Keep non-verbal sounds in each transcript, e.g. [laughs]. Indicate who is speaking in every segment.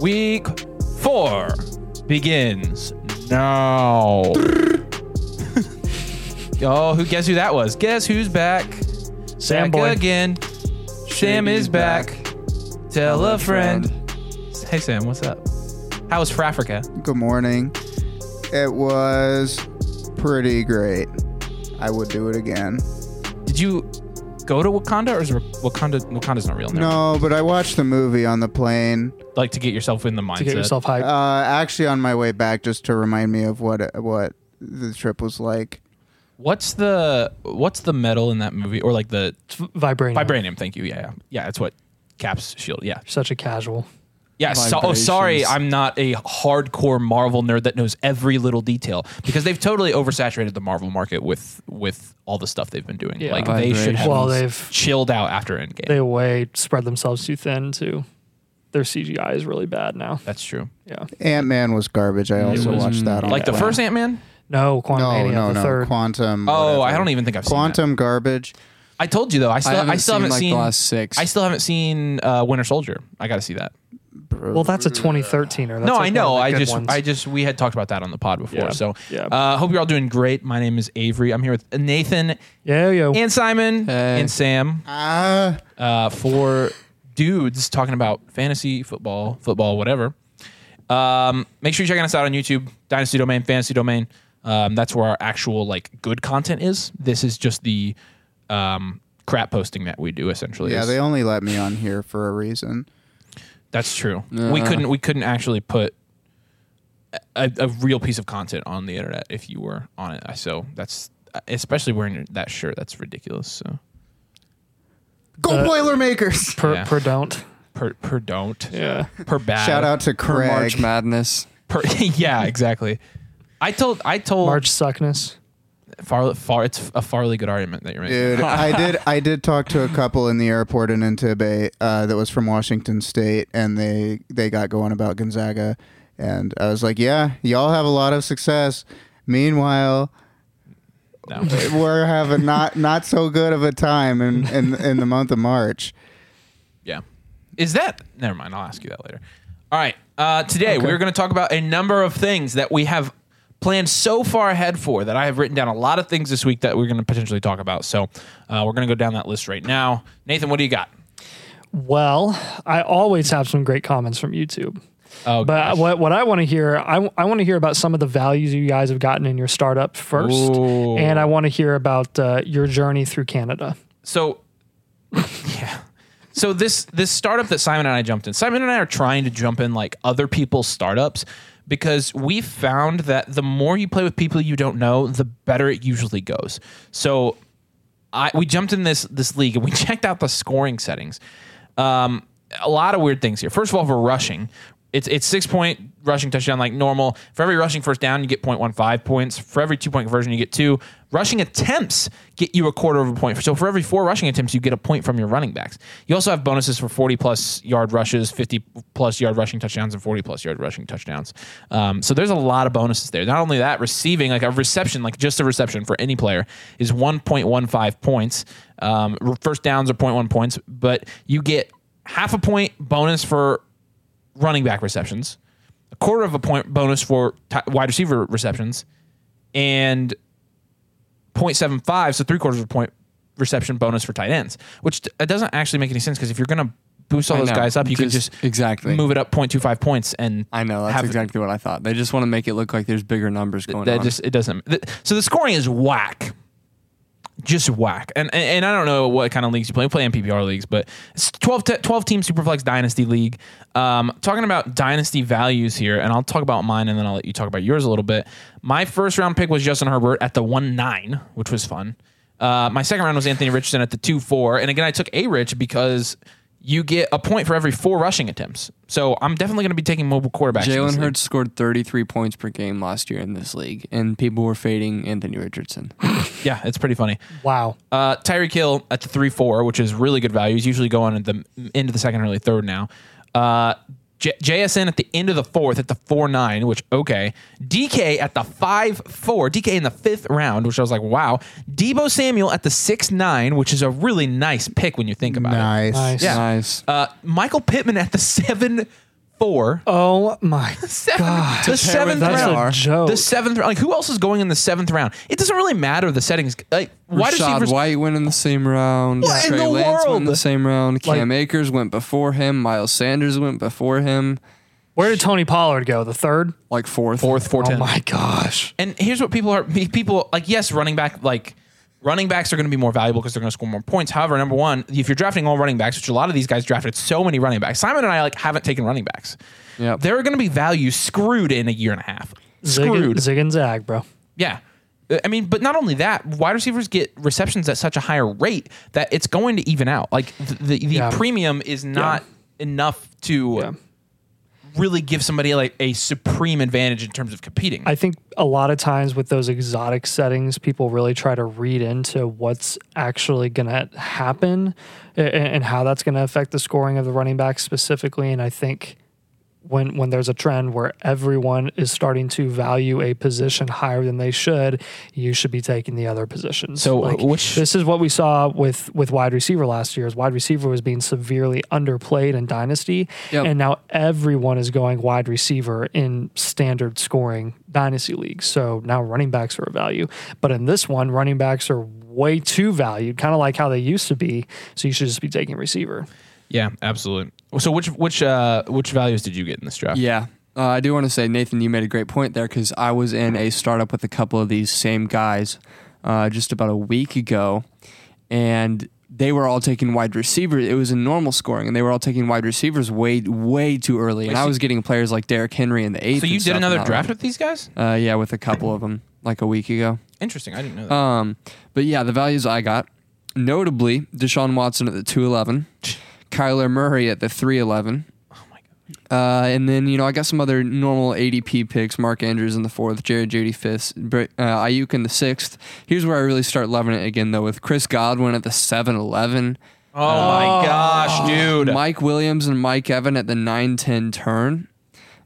Speaker 1: Week four begins now. oh, who guess who that was? Guess who's back?
Speaker 2: Sam
Speaker 1: back
Speaker 2: boy.
Speaker 1: again. Sam
Speaker 2: Shady's
Speaker 1: is back. Tell
Speaker 2: Hello,
Speaker 1: a friend. Hey Sam, what's up? How was Frafrica?
Speaker 3: Good morning. It was pretty great. I would do it again.
Speaker 1: Did you go to Wakanda or is Wakanda Wakanda's not real? never mind.
Speaker 3: No, but I watched the movie on the plane.
Speaker 1: Like to get yourself in the mindset.
Speaker 2: To get yourself hyped.
Speaker 3: Uh, actually, on my way back, just to remind me of what what the trip was like.
Speaker 1: What's the what's the metal in that movie or like the
Speaker 2: It's v- vibranium.
Speaker 1: vibranium? Thank you. Yeah, yeah, yeah. That's what Cap's shield. Yeah,
Speaker 2: Such a casual.
Speaker 1: yeah. So, oh, sorry,
Speaker 3: Vibrations.
Speaker 1: I'm not a hardcore Marvel nerd that knows every little detail because they've totally oversaturated the Marvel market with with all the stuff they've been doing.
Speaker 2: Yeah.
Speaker 1: like they should have
Speaker 2: Well, they've
Speaker 1: chilled out after Endgame.
Speaker 2: they way spread themselves too thin too. Their CGI is really bad now.
Speaker 1: That's true.
Speaker 2: Yeah.
Speaker 3: Ant Man was garbage. I also
Speaker 1: was-
Speaker 3: watched that on
Speaker 1: Like the
Speaker 3: plane.
Speaker 1: first Ant Man.
Speaker 2: No, Quantum
Speaker 3: No, no,
Speaker 2: the
Speaker 3: no.
Speaker 2: third.
Speaker 3: Quantum.
Speaker 1: Oh, I
Speaker 3: whatever.
Speaker 1: don't even think I've seen that.
Speaker 3: Quantum garbage.
Speaker 1: I told you though. I still I,
Speaker 4: haven't
Speaker 1: still
Speaker 4: seen,
Speaker 1: haven't
Speaker 4: like, the
Speaker 1: seen
Speaker 4: last six.
Speaker 1: I still haven't seen uh, Winter Soldier. I got to see that.
Speaker 2: well, that's a 2013er. That's
Speaker 1: no,
Speaker 2: like
Speaker 1: I know.
Speaker 2: One of
Speaker 1: I
Speaker 2: the good
Speaker 1: just,
Speaker 2: ones.
Speaker 1: I just, we had talked about that on the pod before.
Speaker 2: Yeah.
Speaker 1: So,
Speaker 2: Yeah.
Speaker 1: uh, hope you're all doing great. My name is Avery. I'm here with Nathan
Speaker 2: yeah, yo.
Speaker 1: and Simon
Speaker 4: Hey.
Speaker 1: and Sam
Speaker 3: Ah,
Speaker 1: uh, for dudes talking about fantasy football, football, whatever. Um, make sure you're checking us out on YouTube, Dynasty Domain, Fantasy Domain. Um, that's where our actual like good content is. This is just the um, crap posting that we do essentially.
Speaker 3: yeah.
Speaker 1: Is-
Speaker 3: They only let me on here for a reason.
Speaker 1: That's true. We couldn't we couldn't actually put a, a real piece of content on the internet if you were on it. So that's especially wearing that shirt. That's ridiculous. So
Speaker 3: Go
Speaker 2: Uh,
Speaker 1: [laughs]
Speaker 3: Boilermakers!
Speaker 2: per,
Speaker 1: yeah.
Speaker 2: per don't.
Speaker 1: per per don't
Speaker 2: Yeah.
Speaker 1: per bad
Speaker 3: Shout out to
Speaker 4: for March
Speaker 3: Craig.
Speaker 4: Madness.
Speaker 1: per [laughs] yeah exactly. I told I told
Speaker 2: March suckness.
Speaker 1: far far it's a farly good argument that you're making.
Speaker 2: [laughs]
Speaker 3: Dude, I did. I did talk to a couple in the airport in Entebbe uh, that was from Washington State, and they they got going about Gonzaga, and I was like, "Yeah, y'all have a lot of success." Meanwhile, [laughs]
Speaker 1: No.
Speaker 3: we're having not not so good of a time in in, in the month of March.
Speaker 1: Yeah. Is that never mind, I'll ask you that later. All right. Uh, today we're gonna talk about a number of things that we have planned so far ahead for that I have written down a lot of things this week that we're gonna potentially talk about. So uh, we're gonna go down that list right now. Nathan, what do you got?
Speaker 2: Well, I always have some great comments from YouTube.
Speaker 1: Oh
Speaker 2: But what, what I want to hear, I, want to hear about some of the values you guys have gotten in your startup first.
Speaker 1: Ooh.
Speaker 2: And I want to hear about uh, your journey through Canada.
Speaker 1: so yeah so this this startup that simon and i jumped in simon and i are trying to jump in like other people's startups because we found that the more you play with people you don't know the better it usually goes so i we jumped in this this league and we [laughs] checked out the scoring settings um, a lot of weird things here first of all for rushing it's, it's six point rushing touchdown like normal. For every rushing first down, you get 0.15 points. For every two point conversion, you get two. Rushing attempts get you a quarter of a point. So for every four rushing attempts, you get a point from your running backs. You also have bonuses for 40 plus yard rushes, 50 plus yard rushing touchdowns, and 40 plus yard rushing touchdowns. Um, so there's a lot of bonuses there. Not only that, receiving, like a reception, like just a reception for any player, is 1.15 points. Um, first downs are 0.1 points, but you get half a point bonus for running back receptions, a quarter of a point bonus for ti wide receiver receptions, and 0.75, so three quarters of a point reception bonus for tight ends, which t- it doesn't actually make any sense because if you're going to boost all
Speaker 4: I
Speaker 1: those
Speaker 4: know.
Speaker 1: guys up, you
Speaker 4: Just-
Speaker 1: can just
Speaker 4: exactly.
Speaker 1: move it up 0.25 points and
Speaker 4: I know. That's
Speaker 1: have-
Speaker 4: exactly what I thought. They just want to make it look like there's bigger numbers going
Speaker 1: that
Speaker 4: on.
Speaker 1: just it doesn't th- so the scoring is whack just whack and, and and i don't know what kind of leagues you play we play in ppr leagues but it's 12, te- 12 team superflex dynasty league um, talking about dynasty values here and i'll talk about mine and then i'll let you talk about yours a little bit my first round pick was justin herbert at the 1-9 which was fun uh, my second round was anthony richardson at the 2-4 and again i took a rich because you get a point for every four rushing attempts so i'm definitely going to be taking mobile quarterbacks in this
Speaker 4: Jalen
Speaker 1: league.
Speaker 4: Hurts scored 33 points per game last year in this league, and people were fading Anthony Richardson.
Speaker 1: yeah it's pretty funny
Speaker 2: Wow.
Speaker 1: Uh, Tyreek Hill at the three four, which is really good value. He's usually going at the end of the second, early third now. Uh, J- JSN at the end of the fourth at the four nine, which okay. DK at the five four. DK in the fifth round, which I was like, wow. Debo Samuel at the six nine, which is a really nice pick when you think about it.
Speaker 3: Nice.
Speaker 2: Nice.
Speaker 1: Yeah.
Speaker 4: Nice.
Speaker 1: Uh, Michael Pittman at the seven four.
Speaker 2: Oh
Speaker 1: [laughs]
Speaker 2: my god.
Speaker 1: the seventh
Speaker 2: That's
Speaker 1: round.
Speaker 2: a joke.
Speaker 1: The seventh round. Like, who else is going in the seventh round? It doesn't really matter the settings. Like, why does
Speaker 4: Rashad
Speaker 1: receivers.
Speaker 4: White went in the same round.
Speaker 1: What in
Speaker 4: Trey
Speaker 1: the
Speaker 4: Lance went in
Speaker 1: world?
Speaker 4: the same round.
Speaker 2: Like-
Speaker 4: Cam Akers went before him. Miles Sanders went before him.
Speaker 2: Where did Tony Pollard go? The third?
Speaker 4: Like fourth.
Speaker 1: Fourth, four,
Speaker 2: Oh
Speaker 1: ten.
Speaker 2: my gosh.
Speaker 1: And here's what people are [laughs] people like. Yes, running back like running backs are going to be more valuable because they're going to score more points. However, number one, if you're drafting all running backs, which a lot of these guys drafted so many running backs, Simon and I like haven't taken running backs.
Speaker 4: Yep.
Speaker 1: There are going to be values screwed in a year and a half.
Speaker 2: Zig,
Speaker 1: Screwed.
Speaker 2: zig and zag, bro.
Speaker 1: Yeah. Uh, I mean, but not only that, wide receivers get receptions at such a higher rate that it's going to even out. Like th- the the,
Speaker 2: Yeah.
Speaker 1: premium is not enough to
Speaker 2: Yeah.
Speaker 1: really give somebody like a supreme advantage in terms of competing.
Speaker 2: I think a lot of times with those exotic settings, people really try to read into what's actually going to happen a- a- and, how that's going to affect the scoring of the running back specifically. And I think when when there's a trend where everyone is starting to value a position higher than they should, you should be taking the other positions.
Speaker 1: So, uh, which-
Speaker 2: this is what we saw with with wide receiver last year. Is wide receiver was being severely underplayed in dynasty,
Speaker 4: Yep.
Speaker 2: and now everyone is going wide receiver in standard scoring dynasty leagues. So now running backs are a value, but in this one, running backs are way too valued, kind of like how they used to be. So you should just be taking receiver.
Speaker 1: yeah, absolutely. So which which uh which values did you get in this draft?
Speaker 4: Yeah. Uh, I do want to say, Nathan, you made a great point there because I was in a startup with a couple of these same guys uh, just about a week ago, and they were all taking wide receivers. It was in normal scoring, and they were all taking wide receivers way, way too early. And I was getting players like Derrick Henry in the eighth.
Speaker 1: So you
Speaker 4: and
Speaker 1: did
Speaker 4: stuff in
Speaker 1: another
Speaker 4: that
Speaker 1: draft with these guys?
Speaker 4: round. Uh, yeah, with a couple of them like a week ago.
Speaker 1: Interesting. I didn't know that.
Speaker 4: Um, but yeah, the values I got, notably Deshaun Watson at the two eleven, Kyler Murray at the three eleven.
Speaker 1: oh my god.
Speaker 4: Uh, and then you know I got some other normal ADP picks: Mark Andrews in the fourth, Jared Judy fifth, Br- uh, Ayuk in the sixth. Here's where I really start loving it again, though, with Chris Godwin at the seven eleven, Oh,
Speaker 1: Oh, my gosh, dude.
Speaker 4: Mike Williams and Mike Evan at the nine ten turn,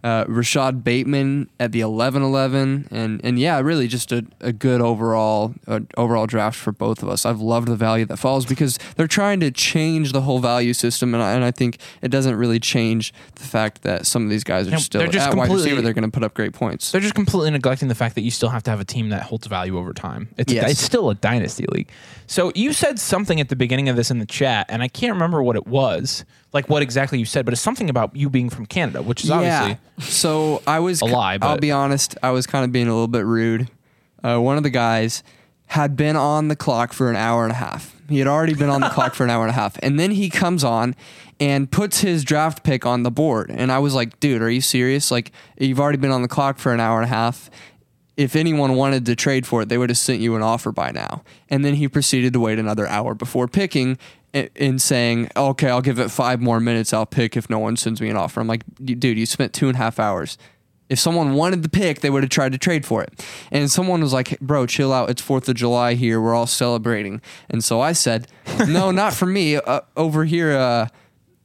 Speaker 4: uh, Rashad Bateman at the eleven eleven, and and yeah, really just a, a good overall uh, overall draft for both of us. I've loved the value that falls because they're trying to change the whole value system, and I, and I think it doesn't really change the fact that some of these guys are
Speaker 1: No,
Speaker 4: still
Speaker 1: they're just
Speaker 4: at wide receiver.
Speaker 1: completely-
Speaker 4: They're going to put up great points.
Speaker 1: They're just completely neglecting the fact that you still have to have a team that holds value over time. It's,
Speaker 4: Yes.
Speaker 1: it's still a dynasty league. So you said something at the beginning of this in the chat, and I can't remember what it was, like what exactly you said, but it's something about you being from Canada, which is
Speaker 4: Uh,
Speaker 1: obviously
Speaker 4: So I was
Speaker 1: A lie,
Speaker 4: I'll
Speaker 1: but-
Speaker 4: be honest. I was kind of being a little bit rude. Uh, one of the guys had been on the clock for an hour and a half. He had already been on the clock for an hour and a half, and then he comes on and puts his draft pick on the board. And I was like, "Dude, are you serious? Like, you've already been on the clock for an hour and a half." If anyone wanted to trade for it, they would have sent you an offer by now. And then he proceeded to wait another hour before picking a- and saying, okay, I'll give it five more minutes. I'll pick if no one sends me an offer. I'm like, "You- dude, you spent two and a half hours. If someone wanted the pick, they would have tried to trade for it. And someone was like, bro, chill out. It's 4th of July here. We're all celebrating. And so I said, [laughs] no, not for me. Uh, over here, uh,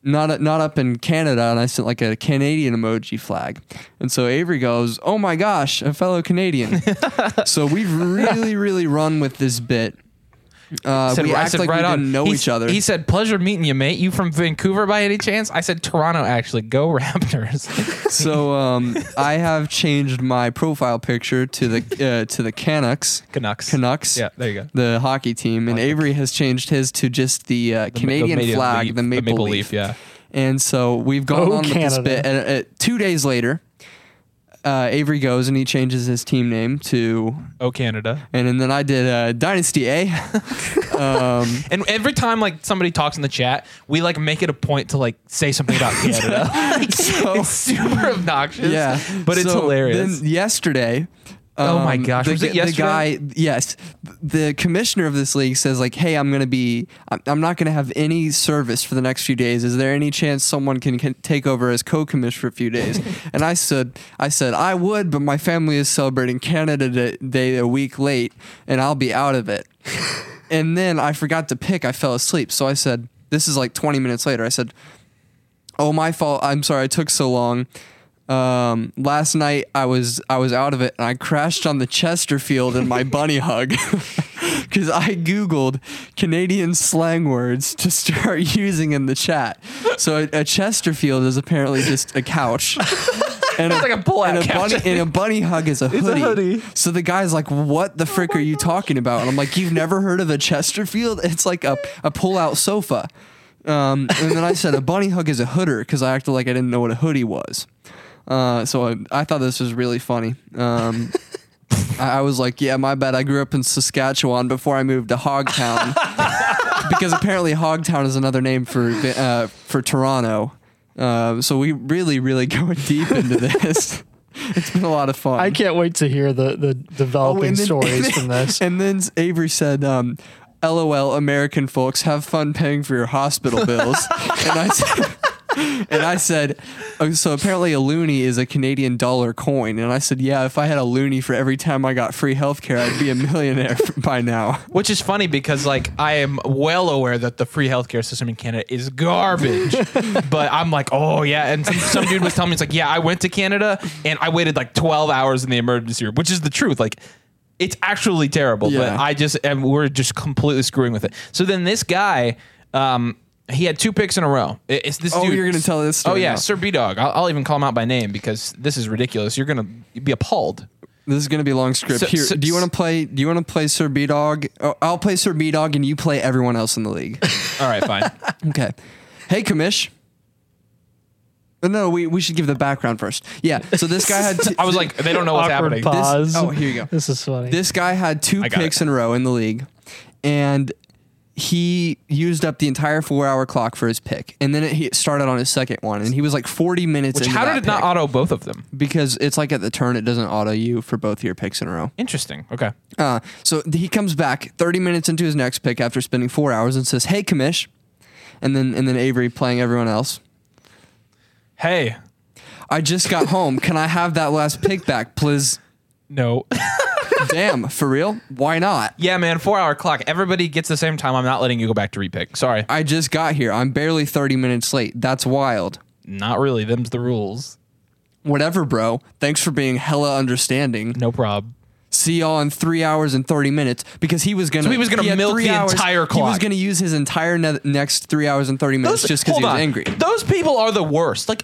Speaker 4: not, not up in Canada. And I sent like a Canadian emoji flag. And so Avery goes, oh my gosh, a fellow Canadian. so we've really, really run with this bit. Uh,
Speaker 1: said-
Speaker 4: we act like we didn't know
Speaker 1: He-
Speaker 4: each other.
Speaker 1: He said, "Pleasure meeting you, mate. You from Vancouver by any chance?" I said, "Toronto, actually. Go Raptors."
Speaker 4: [laughs]
Speaker 1: [laughs]
Speaker 4: So um, I have changed my profile picture to the uh, to the Canucks.
Speaker 1: Canucks.
Speaker 4: Canucks.
Speaker 1: Yeah, there you go.
Speaker 4: The hockey team, and Avery has changed his to just the, uh, Canadian
Speaker 1: maple
Speaker 4: flag,
Speaker 1: leaf-
Speaker 4: the, maple leaf.
Speaker 1: Yeah.
Speaker 4: And so we've gone
Speaker 2: Oh,
Speaker 4: on with this
Speaker 2: Canada.
Speaker 4: bit. And, uh, two days later, uh, Avery goes and he changes his team name to,
Speaker 1: Oh, Canada.
Speaker 4: and, and then I did uh, Dynasty A. [laughs] um,
Speaker 1: And every time like somebody talks in the chat, we like make it a point to like say something
Speaker 4: [laughs]
Speaker 1: about Canada. Like, it's super obnoxious.
Speaker 4: Oh. Yeah, [laughs]
Speaker 1: But it's
Speaker 4: So
Speaker 1: hilarious.
Speaker 4: Then yesterday. um,
Speaker 1: Oh my gosh,
Speaker 4: The,
Speaker 1: was it
Speaker 4: gu- the
Speaker 1: yesterday?
Speaker 4: guy, yes, the commissioner of this league says like, "Hey, I'm gonna be, I'm, I'm not gonna have any service for the next few days. Is there any chance someone can, can take over as co-commissioner for a
Speaker 1: [laughs]
Speaker 4: few days?" and I said, "I said I would, but my family is celebrating Canada Da- Day a week late, and I'll be out
Speaker 1: [laughs]
Speaker 4: of it." and then I forgot to pick. I fell asleep, so I said, "This is like 20 minutes later." I said, Oh, my fault. I'm sorry. I took so long. Um,
Speaker 1: [laughs]
Speaker 4: last night I was I was out of it and I crashed on the Chesterfield in my bunny hug. [laughs] because I Googled Canadian slang words to start [laughs] using in the chat. So a, a Chesterfield is apparently just a
Speaker 1: [laughs]
Speaker 4: couch. And
Speaker 1: It's like a pull-out
Speaker 4: and
Speaker 1: couch, I
Speaker 4: Bunny, and a bunny hug is a hoodie.
Speaker 2: hoodie.
Speaker 4: So the guy's like, "What
Speaker 1: Oh
Speaker 4: the frick are you talking about?" And I'm like, "You've never heard of a Chesterfield? It's like a a pull-out sofa." Um, and then I said, "A bunny hug is a hooder" because I acted like I didn't know what a hoodie was. Uh, so I, I thought this was really funny. Um, I, I was like, yeah, my bad. I grew up in Saskatchewan before I moved to Hogtown [laughs] because apparently Hogtown is another name for uh, for Toronto. Um, so we really, really [laughs] going deep into this. it's been a lot of fun.
Speaker 2: I can't wait to hear the the
Speaker 4: Oh,
Speaker 2: developing
Speaker 4: and then-
Speaker 2: stories
Speaker 4: [laughs] and then-
Speaker 2: from this.
Speaker 4: And then Avery said, um, "LOL, American folks, have fun paying for
Speaker 1: [laughs]
Speaker 4: your hospital bills." and I said. [laughs] And I said, oh, so apparently a loony is a Canadian dollar coin. And I said, yeah, if I had a loony for every time I got free healthcare, I'd be a millionaire [laughs] by now.
Speaker 1: Which is funny because like I am well aware that the free healthcare system in Canada is
Speaker 4: [laughs]
Speaker 1: garbage, but I'm like, oh yeah. And some, some dude was telling me it's like, yeah, I went to Canada and I waited like 12 hours in the emergency room, which is the truth. Like, it's actually terrible.
Speaker 4: Yeah.
Speaker 1: But I just and we're just completely screwing with it. So then this guy, um, he had two picks in a row. It- It's this
Speaker 4: Oh,
Speaker 1: dude.
Speaker 4: you're gonna tell this
Speaker 1: Oh
Speaker 4: story
Speaker 1: yeah,
Speaker 4: now.
Speaker 1: Sir B Dog. I'll, I'll even call him out by name because this is ridiculous. You're gonna be appalled.
Speaker 4: This is going to be a long script.
Speaker 1: So-
Speaker 4: Here,
Speaker 1: so-
Speaker 4: do you want to play, do you want to play Sir B-Dog? Oh, I'll play Sir B-Dog and you play everyone else in the league.
Speaker 1: All right, fine.
Speaker 4: Okay. Hey, Kamish. Uh, No, we, we should give the background first. Yeah. So [laughs] this
Speaker 1: [laughs]
Speaker 4: guy had t-
Speaker 1: I was like, they don't know what's
Speaker 2: Awkward
Speaker 1: happening.
Speaker 2: pause.
Speaker 4: oh, here you go.
Speaker 2: This is funny.
Speaker 4: this guy had two
Speaker 1: I got
Speaker 4: picks
Speaker 1: it.
Speaker 4: in a row in the league, and he used up the entire four-hour clock for his pick, and then it, he started on his second one, and he was like 40 minutes.
Speaker 1: Which
Speaker 4: into
Speaker 1: how
Speaker 4: that
Speaker 1: did it not
Speaker 4: pick.
Speaker 1: auto both of them?
Speaker 4: Because it's like at the turn, it doesn't auto you for both your picks in a row.
Speaker 1: Interesting. Okay.
Speaker 4: Uh, so th- he comes back 30 minutes into his next pick after spending four hours and says, "Hey, Kamish," and then and then Avery playing everyone else.
Speaker 1: Hey.
Speaker 4: I just got home. Can I have that last pick back, please?
Speaker 1: No.
Speaker 4: Damn, for real? Why not?
Speaker 1: [laughs] yeah, man. Four hour clock. Everybody gets the same time. I'm not letting you go back to repick. Sorry.
Speaker 4: I just got here. I'm barely 30 minutes late. That's wild.
Speaker 1: Not really. Them's the rules.
Speaker 4: Whatever, bro. Thanks for being hella understanding.
Speaker 1: No prob.
Speaker 4: See y'all in three hours and 30 minutes because he was going to.
Speaker 1: So he was gonna
Speaker 4: had
Speaker 1: milk
Speaker 4: three
Speaker 1: the
Speaker 4: hours-
Speaker 1: entire
Speaker 4: He was
Speaker 1: clock.
Speaker 4: going to use his entire ne- next three hours and 30 minutes just because he
Speaker 1: hold
Speaker 4: was
Speaker 1: on.
Speaker 4: angry.
Speaker 1: Those people are the worst. Like,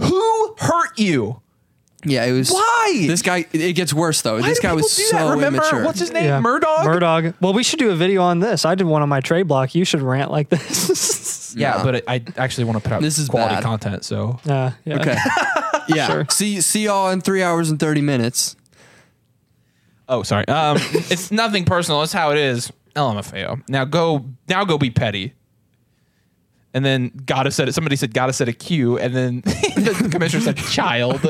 Speaker 1: who hurt you?
Speaker 4: Yeah, it was.
Speaker 1: Why?
Speaker 4: This guy, it gets worse though. this guy was so
Speaker 1: Remember
Speaker 4: immature.
Speaker 1: what's his name? Murdoch.
Speaker 2: Murdog. Well, we should do a video on this. I did one on my trade block. You should rant like this. [laughs]
Speaker 1: Yeah,
Speaker 4: Yeah. [laughs]
Speaker 1: but it, I actually want to put out
Speaker 4: This is
Speaker 1: quality
Speaker 4: bad.
Speaker 1: content. So
Speaker 2: Uh,
Speaker 1: [laughs]
Speaker 2: yeah.
Speaker 4: okay. yeah.
Speaker 2: Sure.
Speaker 4: See, see y'all in three hours and 30 minutes.
Speaker 1: Oh, sorry. [laughs] Um, it's nothing personal. It's how it is. LMFAO. Now go. Now go be petty. And then gotta said it. Somebody said gotta said a Q, and then [laughs] the commissioner said child.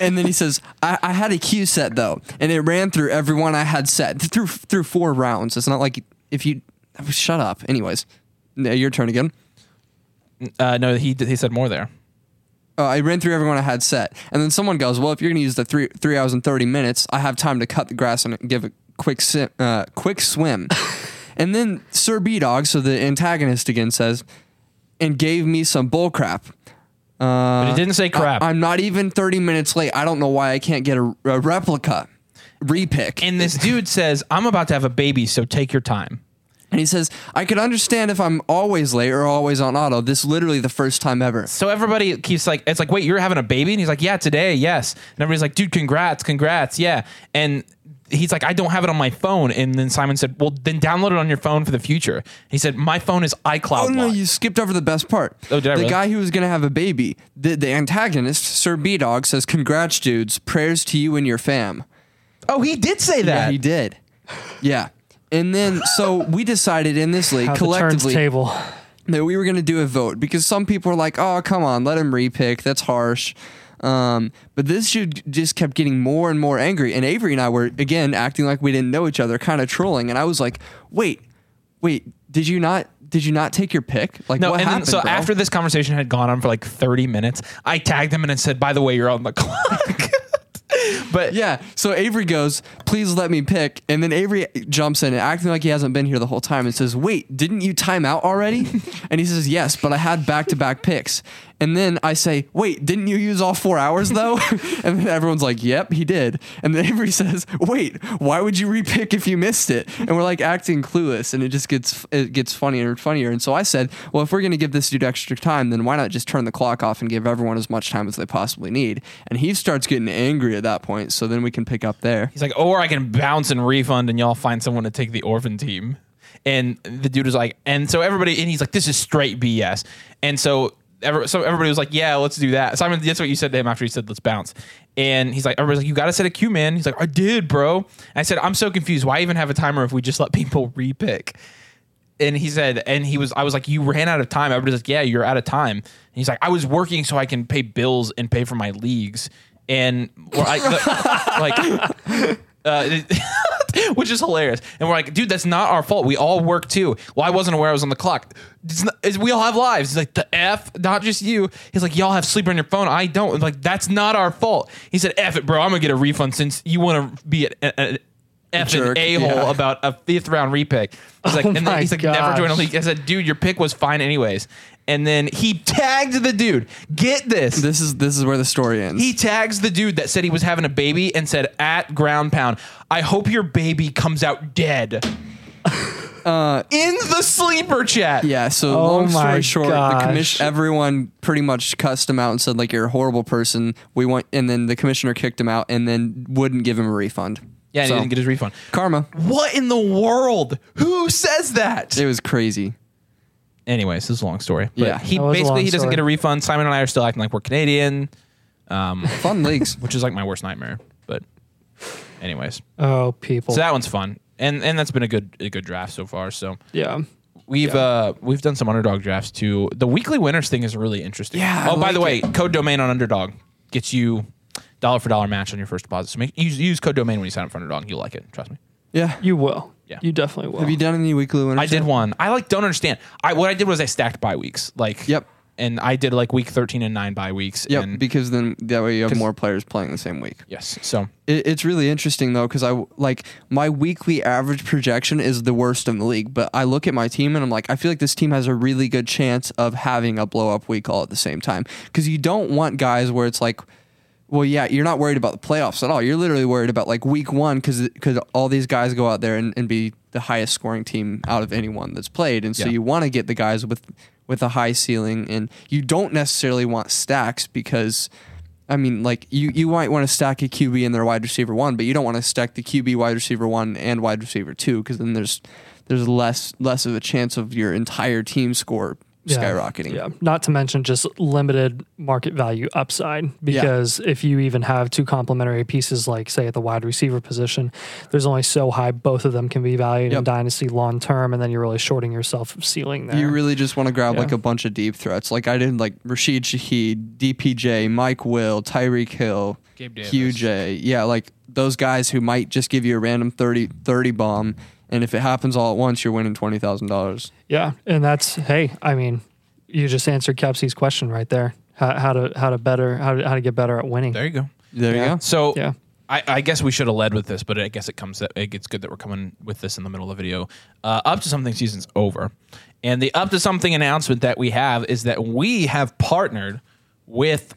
Speaker 4: And then he says, I, I had a cue set though, and it ran through everyone I had set th- through through four rounds. It's not like if you shut up. Anyways, now your turn again.
Speaker 1: [laughs] Uh, no, he he said more there.
Speaker 4: Uh, I ran through everyone I had set, and then someone goes, "Well, if you're gonna use the three three hours and thirty minutes, I have time to cut the grass and give a quick si- uh, quick
Speaker 1: [laughs]
Speaker 4: swim." and then Sir B Dog, so the antagonist again, says, "And gave me some bull crap." Uh,
Speaker 1: But it didn't say crap.
Speaker 4: I, am not even 30 minutes late. I don't know why I can't get a, a replica repick.
Speaker 1: And this dude says, "I'm about to have a baby, so take your time."
Speaker 4: And he says, I could understand if I'm always late or always on auto. This literally the first time ever.
Speaker 1: So everybody keeps like, it's like, wait, you're having a baby? And he's like, yeah, today, yes. And everybody's like, dude, congrats, congrats, yeah. And he's like, I don't have it on my phone. And then Simon said, well, then download it on your phone for the future. He said, my phone is iCloud.
Speaker 4: Oh no,
Speaker 1: locked."
Speaker 4: you skipped over the best part.
Speaker 1: Oh, did I
Speaker 4: The
Speaker 1: really?
Speaker 4: guy who was gonna have a baby, the, the antagonist, Sir B Dog, says, Congrats, dudes. Prayers to you and your fam.
Speaker 1: oh, he did say that.
Speaker 4: Yeah, he did. Yeah. And then so we decided in this league
Speaker 2: How the
Speaker 4: collectively
Speaker 2: turntable.
Speaker 4: that we were going to do a vote because some people are like, "Oh, come on, let him repick. That's harsh." Um, but this dude just kept getting more and more angry, and Avery and I were again acting like we didn't know each other, kind of trolling. And I was like, "Wait, wait, did you not? Did you not take your pick? Like,
Speaker 1: No,
Speaker 4: what
Speaker 1: and
Speaker 4: happened?"
Speaker 1: then so
Speaker 4: bro?"
Speaker 1: after this conversation had gone on for like 30 minutes, I tagged him and I said, by the way, you're on the [laughs] clock. but
Speaker 4: Yeah. So Avery goes, please let me pick. And then Avery jumps in, acting like he hasn't been here the whole time, and says, wait, didn't you time out already? and he says, yes, but I had back to back picks. And then I say, wait, didn't you use all four hours though? [laughs] and then everyone's like, yep, he did. And then Avery says, wait, why would you repick if you missed it? And we're like acting clueless and it just gets, it gets funnier and funnier. And so I said, well, if we're going to give this dude extra time, then why not just turn the clock off and give everyone as much time as they possibly need? And he starts getting angry at that point. So then we can pick up there.
Speaker 1: He's like, or I can bounce and refund, and y'all find someone to take the orphan team. And the dude was like, and so everybody, and he's like, this is straight BS. And so, ever, so everybody was like, yeah, let's do that. Simon, that's what you said to him after he said, let's bounce. And he's like, everybody's like, you got to set a cue, man. He's like, I did, bro. And I said, I'm so confused. Why even have a timer if we just let people repick? and he said, and he was, I was like, you ran out of time. Everybody's like, yeah, you're out of time. And he's like, I was working so I can pay bills and pay for my leagues. And we're like, [laughs] like, uh, [laughs] which is hilarious. And we're like, dude, that's not our fault. We all work too. Well, I wasn't aware I was on the clock. It's not, it's, we all have lives. He's like, the F, not just you. He's like, y'all have sleep on your phone. I don't. I'm like, that's not our fault. He said, F it, bro. I'm going to get a refund since you want to be an, an, an
Speaker 4: Jerk,
Speaker 1: a hole
Speaker 4: yeah.
Speaker 1: about a fifth round repick. He's like,
Speaker 2: Oh
Speaker 1: and then
Speaker 2: my
Speaker 1: he's like, never join a
Speaker 2: gosh.
Speaker 1: league. I said, dude, your pick was fine anyways. And then he tagged the dude. Get this.
Speaker 4: This is, this is where the story ends.
Speaker 1: he tags the dude that said he was having a baby and said, at ground pound, I hope your baby comes out
Speaker 2: [laughs]
Speaker 1: dead.
Speaker 2: Uh,
Speaker 1: In the sleeper chat.
Speaker 4: Yeah, so
Speaker 2: Oh my
Speaker 4: long story short, the
Speaker 2: gosh.
Speaker 4: commission everyone pretty much cussed him out and said like you're a horrible person. We want and then the commissioner kicked him out and then wouldn't give him a refund.
Speaker 1: Yeah, and
Speaker 4: So,
Speaker 1: he didn't get his refund.
Speaker 4: karma.
Speaker 1: What in the world? Who says that?
Speaker 4: It was crazy.
Speaker 1: Anyways, this is a long story. But
Speaker 4: Yeah.
Speaker 1: he
Speaker 2: That was a long
Speaker 1: basically he doesn't
Speaker 2: story.
Speaker 1: get a refund. Simon and I are still acting like we're Canadian,
Speaker 4: Fun leagues.
Speaker 1: which is like my worst nightmare. But anyways.
Speaker 2: Oh, people.
Speaker 1: So that one's fun, and and that's been a good a good draft so far. So
Speaker 2: yeah.
Speaker 1: we've uh we've done some underdog drafts too. The weekly winners thing is really interesting.
Speaker 4: Yeah, I
Speaker 1: Oh, by the way,
Speaker 4: like
Speaker 1: code domain on underdog gets you dollar for dollar match on your first deposit. So make use use code domain when you sign up for underdog. You'll like it. Trust me.
Speaker 4: Yeah.
Speaker 2: You will.
Speaker 1: Yeah.
Speaker 2: You definitely will.
Speaker 4: Have you done any weekly winners?
Speaker 1: I did
Speaker 4: yet?
Speaker 1: one. I like don't understand. I what I did was I stacked bye weeks. Like
Speaker 4: Yep.
Speaker 1: And I did like week thirteen and nine bye weeks.
Speaker 4: Yep,
Speaker 1: And
Speaker 4: because then that way you have more players playing the same week.
Speaker 1: yes. So
Speaker 4: It, it's really interesting though because I w- like my weekly average projection is the worst in the league, but I look at my team and I'm like, I feel like this team has a really good chance of having a blow up week all at the same time because you don't want guys where it's like. Well, yeah, you're not worried about the playoffs at all. You're literally worried about like week one because all these guys go out there and, and be the highest scoring team out of anyone that's played, and so
Speaker 1: Yeah.
Speaker 4: you want to get the guys with with a high ceiling, and you don't necessarily want stacks because I mean, like you, you might want to stack a QB and their wide receiver one, but you don't want to stack the QB wide receiver one and wide receiver two because then there's there's less less of a chance of your entire team score
Speaker 2: Yeah.
Speaker 4: skyrocketing.
Speaker 2: Yeah. Not to mention just limited market value upside because if you even have two complementary pieces, like say at the wide receiver position, there's only so high both of them can be valued in
Speaker 4: Yep.
Speaker 2: dynasty long term, and then you're really shorting yourself of ceiling there.
Speaker 4: You really just want to grab
Speaker 2: Yeah.
Speaker 4: like a bunch of deep threats. Like I did like Rashid Shaheed, DPJ, Mike Will, Tyreek Hill,
Speaker 1: Gabe Davis.
Speaker 4: QJ. Yeah, like those guys who might just give you a random 30, 30 bomb. And if it happens all at once, you're winning $20,000.
Speaker 2: yeah, and that's hey, I mean, you just answered Kepsi's question right there. How, how to how to better how to, how to get better at winning.
Speaker 1: there you go.
Speaker 4: There you go.
Speaker 1: So
Speaker 2: Yeah.
Speaker 1: I, I guess we should have led with this, but I guess it comes. That, it's good that we're coming with this in the middle of the video. Uh, up to something season's over, and the up to something announcement that we have is that we have partnered with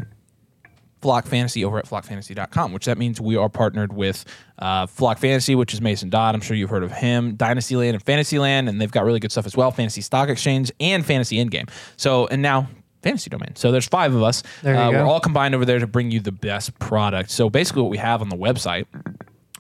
Speaker 1: Flock Fantasy over at flockfantasy.com, which that means we are partnered with uh, Flock Fantasy, which is Mason Dodd. I'm sure you've heard of him, Dynasty Land and Fantasy Land, and they've got really good stuff as well Fantasy Stock Exchange and Fantasy Endgame. So, and now Fantasy Domain. So there's five of us.
Speaker 2: There you
Speaker 1: Uh,
Speaker 2: go.
Speaker 1: We're all combined over there to bring you the best product. So basically, what we have on the website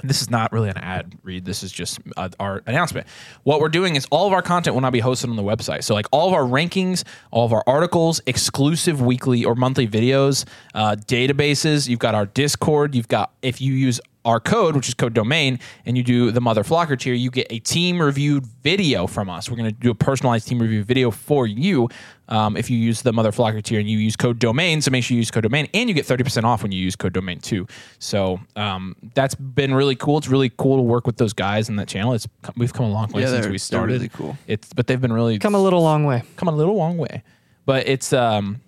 Speaker 1: this is not really an ad read. This is just uh, our announcement. What we're doing is all of our content will now be hosted on the website. So, like all of our rankings, all of our articles, exclusive weekly or monthly videos, uh, databases. You've got our Discord. You've got, if you use our code, which is code domain, and you do the mother flocker tier, you get a team reviewed video from us. We're going to do a personalized team review video for you um, if you use the mother flocker tier and you use code domain. So make sure you use code domain and you get 30% off when you use code domain too. So um, that's been really cool. It's really cool to work with those guys in that channel. It's We've come a long way
Speaker 4: Yeah,
Speaker 1: since
Speaker 4: they're-
Speaker 1: we
Speaker 4: they're
Speaker 1: started.
Speaker 4: really cool.
Speaker 1: It's, but they've been really
Speaker 2: Come a little long way.
Speaker 1: come a little long way. But it's um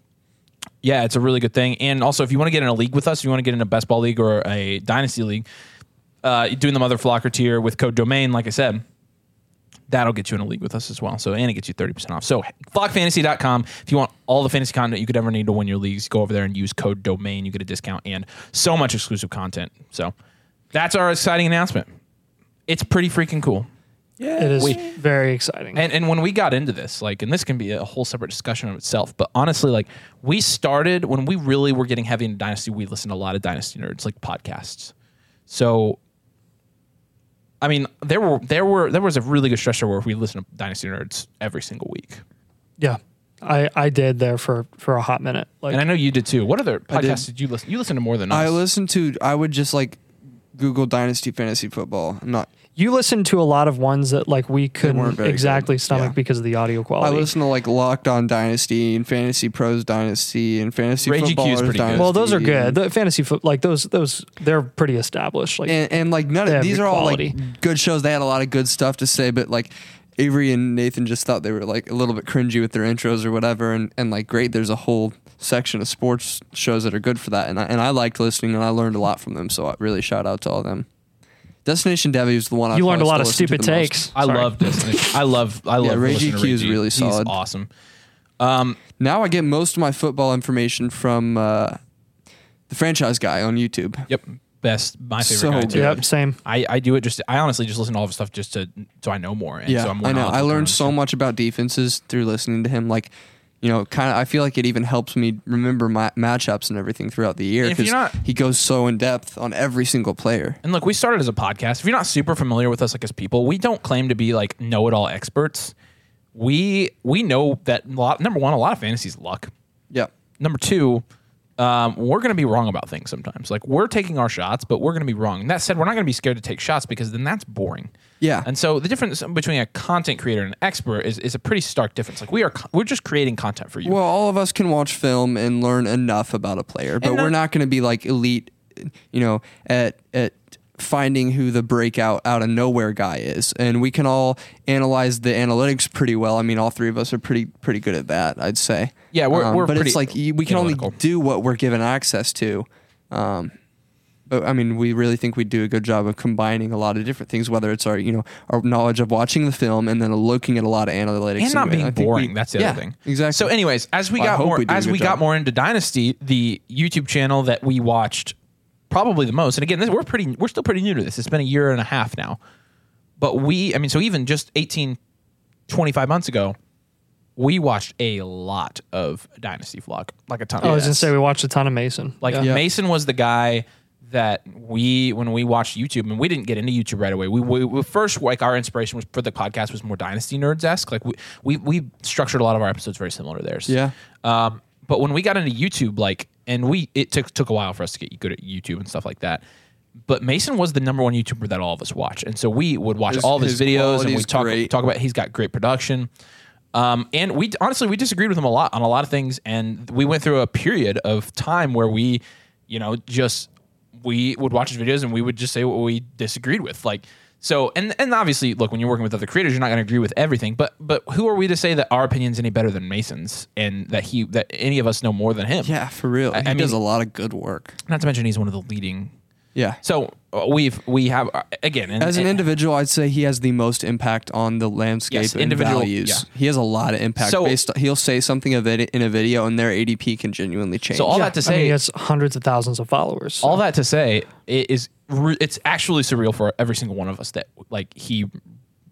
Speaker 1: yeah, it's a really good thing. And also if you want to get in a league with us, if you want to get in a best ball league or a dynasty league, uh doing the mother flocker tier with code domain, like I said, That'll get you in a league with us as well. So, and it gets you 30% off. So, flockfantasy.com. If you want all the fantasy content you could ever need to win your leagues, go over there and use code domain. You get a discount and so much exclusive content. So, that's our exciting announcement. It's pretty freaking cool.
Speaker 2: It is very exciting.
Speaker 1: And and when we got into this, like, and this can be a whole separate discussion of itself, but honestly, like, we started when we really were getting heavy into Dynasty. We listened to a lot of Dynasty nerds, like podcasts. So, I mean, there were there were there was a really good stretch there where we listened to Dynasty nerds every single week,
Speaker 2: yeah. I, I did there for, for a hot minute. Like
Speaker 1: and I know you did too. What other
Speaker 4: did.
Speaker 1: podcasts did. you listen? You listened to more than us.
Speaker 4: I listened to. I would just like Google Dynasty Fantasy Football. I'm not.
Speaker 2: you listened to a lot of ones that like we
Speaker 4: weren't
Speaker 2: couldn't
Speaker 4: very
Speaker 2: exactly
Speaker 4: good.
Speaker 2: stomach
Speaker 4: Yeah.
Speaker 2: because of the audio
Speaker 4: I
Speaker 2: quality.
Speaker 4: listen to like Locked On Dynasty and Fantasy Pros Dynasty and Fantasy
Speaker 1: Rage EQ is
Speaker 4: Footballers
Speaker 1: pretty good.
Speaker 4: Dynasty.
Speaker 2: well, those are
Speaker 4: and-
Speaker 2: good. The fantasy foot like those those they're pretty established. Like
Speaker 4: and, and like none
Speaker 2: They
Speaker 4: of
Speaker 2: have
Speaker 4: these
Speaker 2: good
Speaker 4: are all
Speaker 2: quality.
Speaker 4: like good shows. They had a lot of good stuff to say, but like Avery and Nathan just thought they were like a little bit cringy with their intros or whatever. And, and like great, there's a whole section of sports shows that are good for that. And I, and I liked listening and I learned a lot from them. So I really shout out to all them. Destination Debbie was the one I
Speaker 2: you learned a
Speaker 4: probably
Speaker 2: lot of
Speaker 4: still listen to
Speaker 2: stupid
Speaker 4: the most.
Speaker 2: takes.
Speaker 1: I
Speaker 2: Sorry.
Speaker 1: love this. I love. I love.
Speaker 4: Rage
Speaker 1: listening to
Speaker 4: EQ is really
Speaker 1: He's
Speaker 4: solid.
Speaker 1: awesome.
Speaker 4: Now I get most of my football information from uh, the franchise guy on YouTube.
Speaker 1: Yep. Best. My favorite
Speaker 4: So
Speaker 1: guy too.
Speaker 4: good.
Speaker 2: Yep, same.
Speaker 1: I, I do it just I honestly just listen to all of his stuff just to so I know more. And
Speaker 4: Yeah,
Speaker 1: so I'm
Speaker 4: I
Speaker 1: one
Speaker 4: know.
Speaker 1: knowledgeable
Speaker 4: I
Speaker 1: on
Speaker 4: learned
Speaker 1: it.
Speaker 4: so much about defenses through listening to him. Like, you know, kind of. I feel like it even helps me remember my matchups and everything throughout the year
Speaker 1: If you're not-
Speaker 4: he goes so in depth on every single player.
Speaker 1: And look, we started as a podcast. If you're not super familiar with us, like as people, we don't claim to be like know-it-all experts. We we know that a lot, number one, a lot of fantasy is luck.
Speaker 4: Yep.
Speaker 1: Number two, um, we're going to be wrong about things sometimes. Like we're taking our shots, but we're going to be wrong. And that said, we're not going to be scared to take shots because then that's boring.
Speaker 4: Yeah.
Speaker 1: And so the difference between a content creator and an expert is, is a pretty stark difference. Like we are co- we're just creating content for you.
Speaker 4: Well, all of us can watch film and learn enough about a player, but
Speaker 1: And
Speaker 4: we're
Speaker 1: not-
Speaker 4: not going to be like elite, you know, at at finding who the breakout out of nowhere guy is. And we can all analyze the analytics pretty well. I mean, all three of us are pretty pretty good at that, I'd say.
Speaker 1: Yeah, we're-
Speaker 4: Um,
Speaker 1: we're
Speaker 4: but
Speaker 1: pretty
Speaker 4: it's like y- we can only
Speaker 1: analytical.
Speaker 4: do what we're given access to. Um, but I mean, we really think we do a good job of combining a lot of different things, whether it's our, you know, our knowledge of watching the film and then looking at a lot of analytics
Speaker 1: and not
Speaker 4: we- I
Speaker 1: being
Speaker 4: think we-
Speaker 1: boring. That's the
Speaker 4: Yeah,
Speaker 1: other thing.
Speaker 4: Exactly.
Speaker 1: So, anyways, as we
Speaker 4: Well, I
Speaker 1: got
Speaker 4: hope
Speaker 1: more
Speaker 4: we do a
Speaker 1: as
Speaker 4: good
Speaker 1: we got
Speaker 4: job.
Speaker 1: more into Dynasty, the YouTube channel that we watched probably the most. And again, this, we're pretty we're still pretty new to this. It's been a year and a half now. But we, I mean, so even just 18 25 months ago, we watched a lot of Dynasty vlog, like a ton.
Speaker 2: Oh, I
Speaker 1: of
Speaker 2: was gonna
Speaker 1: it.
Speaker 2: say we watched a ton of Mason.
Speaker 1: Like
Speaker 2: yeah.
Speaker 1: Mason was the guy that we when we watched YouTube and we didn't get into YouTube right away. We, we, we first like our inspiration was for the podcast was more Dynasty Nerds esque. Like we, we we structured a lot of our episodes very similar to theirs.
Speaker 4: Yeah.
Speaker 1: Um, but when we got into YouTube, like, and we it took took a while for us to get good at YouTube and stuff like that. But Mason was the number one YouTuber that all of us watch, and so we would watch
Speaker 4: His-
Speaker 1: all of his,
Speaker 4: his
Speaker 1: videos and
Speaker 4: quality
Speaker 1: we
Speaker 4: is
Speaker 1: talk
Speaker 4: great.
Speaker 1: talk about he's got great production. Um, and we honestly we disagreed with him a lot on a lot of things, and we went through a period of time where we, you know, just we would watch his videos and we would just say what we disagreed with, like so. And and obviously, look, when you're working with other creators, you're not going to agree with everything, but but who are we to say that our opinion's any better than Mason's, and that he that any of us know more than him?
Speaker 4: Yeah, for real.
Speaker 1: I-
Speaker 4: he
Speaker 1: I
Speaker 4: does a
Speaker 1: mean-
Speaker 4: lot of good work.
Speaker 1: Not to mention he's one of the leading.
Speaker 4: Yeah.
Speaker 1: So uh, we've we have uh, again and,
Speaker 4: As an
Speaker 1: and-
Speaker 4: individual, I'd say he has the most impact on the landscape
Speaker 1: Yes,
Speaker 4: and
Speaker 1: individual,
Speaker 4: values.
Speaker 1: yeah.
Speaker 4: He has a lot of impact.
Speaker 1: So-
Speaker 4: based he'll say something of it in a video, and their ADP can genuinely change.
Speaker 1: So all that to
Speaker 2: I
Speaker 1: say,
Speaker 2: mean, he has hundreds of thousands of followers.
Speaker 1: all that to say it is re- it's actually surreal for every single one of us that like he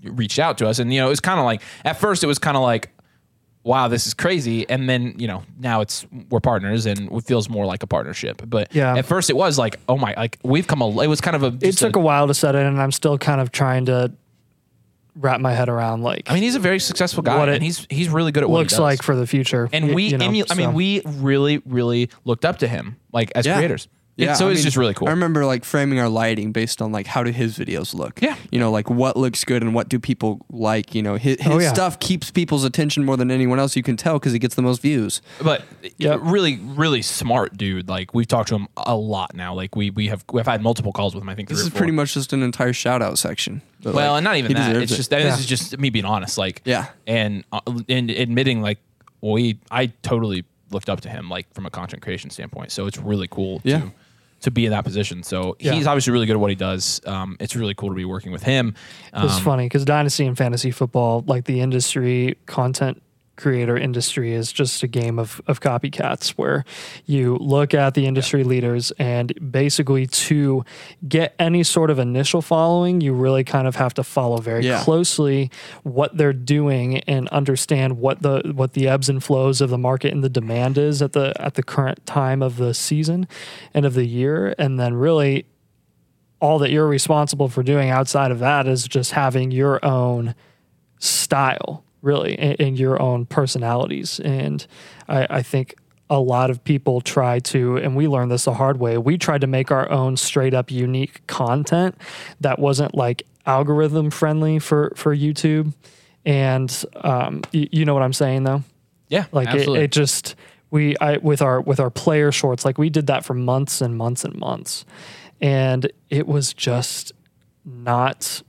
Speaker 1: reached out to us and you know it was kind of like at first it was kind of like wow this is crazy and then you know now it's we're partners and it feels more like a partnership but
Speaker 2: Yeah.
Speaker 1: at first it was like oh my like we've come a it was kind of a
Speaker 2: it
Speaker 1: just
Speaker 2: took a while to set in, and I'm still kind of trying to wrap my head around like
Speaker 1: I mean he's a very successful guy
Speaker 2: What it
Speaker 1: and he's he's really good at what he
Speaker 2: looks
Speaker 1: does.
Speaker 2: like for the future.
Speaker 1: and
Speaker 2: y-
Speaker 1: we
Speaker 2: you know,
Speaker 1: emu- I mean
Speaker 2: so.
Speaker 1: we really really looked up to him like as
Speaker 4: Yeah.
Speaker 1: creators And so
Speaker 4: I
Speaker 1: it's
Speaker 4: mean,
Speaker 1: just really cool
Speaker 4: I remember like framing our lighting based on like how do his videos look.
Speaker 1: Yeah.
Speaker 4: you know, like what looks good and what do people like. You know, his, his
Speaker 2: Oh, yeah.
Speaker 4: stuff keeps people's attention more than anyone else. You can tell because he gets the most views.
Speaker 1: but
Speaker 2: Yep.
Speaker 1: really, really smart dude. Like we've talked to him a lot now. Like we we have we've had multiple calls with him. I think
Speaker 4: This
Speaker 1: three
Speaker 4: is
Speaker 1: or four.
Speaker 4: pretty much just an entire shout out section. But,
Speaker 1: well,
Speaker 4: like,
Speaker 1: and not even
Speaker 4: he
Speaker 1: that.
Speaker 4: deserves
Speaker 1: It's
Speaker 4: it.
Speaker 1: just I mean, this
Speaker 2: Yeah.
Speaker 1: is just me being honest. Like
Speaker 4: Yeah.
Speaker 1: and uh, and admitting like we I totally looked up to him like from a content creation standpoint. So it's really cool.
Speaker 4: Yeah.
Speaker 1: To, to be in that position. So
Speaker 2: Yeah.
Speaker 1: he's obviously really good at what he does. Um, it's really cool to be working with him. Um,
Speaker 2: It's funny because dynasty and fantasy football, like the industry content creator industry, is just a game of of copycats where you look at the industry leaders and basically to get any sort of initial following, you really kind of have to follow very
Speaker 4: Yeah.
Speaker 2: closely what they're doing and understand what the what the ebbs and flows of the market and the demand is at the at the current time of the season and of the year, and then really all that you're responsible for doing outside of that is just having your own style, really, and, and your own personalities. And I, I think a lot of people try to, and we learned this the hard way, we tried to make our own straight up unique content that wasn't like algorithm friendly for, for YouTube. And um, you, you know what I'm saying though?
Speaker 1: yeah,
Speaker 2: like it,
Speaker 1: absolutely.
Speaker 2: it just we I, with our with our player shorts like we did that for months and months and months and it was just not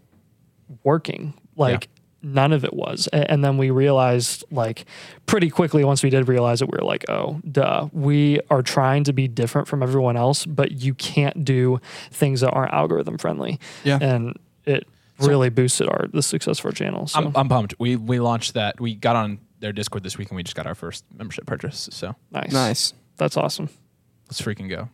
Speaker 2: working like none of it was A- and, then we realized like pretty quickly once we did realize it we were like oh duh we are trying to be different from everyone else but you can't do things that aren't algorithm friendly
Speaker 4: Yeah.
Speaker 2: and it really boosted our the success of our channel so
Speaker 1: I'm, I'm pumped. We we launched that. We got on their Discord this week and we just got our first membership purchase. So
Speaker 2: nice
Speaker 4: Nice.
Speaker 2: that's awesome
Speaker 1: let's freaking go.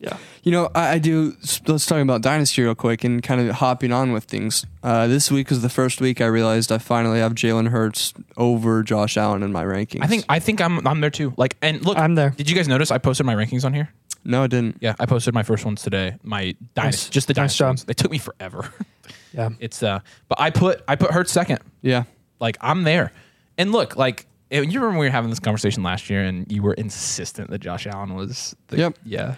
Speaker 2: yeah
Speaker 4: You know, I, I do. Let's talk about Dynasty real quick and kind of hopping on with things. Uh, this week was the first week I realized I finally have Jalen Hurts over Josh Allen in my rankings.
Speaker 1: I think I think I'm I'm there too. Like and look,
Speaker 2: i'm there
Speaker 1: did you guys notice I posted my rankings on here?
Speaker 4: No, I didn't.
Speaker 1: Yeah, I posted my first ones today. My dynasty,
Speaker 2: Nice.
Speaker 1: just the
Speaker 2: Nice
Speaker 1: dynasty
Speaker 2: job.
Speaker 1: ones. They took me forever. [laughs]
Speaker 2: yeah
Speaker 1: it's uh, but I put I put Hurts second.
Speaker 4: Yeah.
Speaker 1: Like I'm there. And look, like eh, you remember we were having this conversation last year, and you were insistent that Josh Allen was. The,
Speaker 4: Yep.
Speaker 1: Yeah.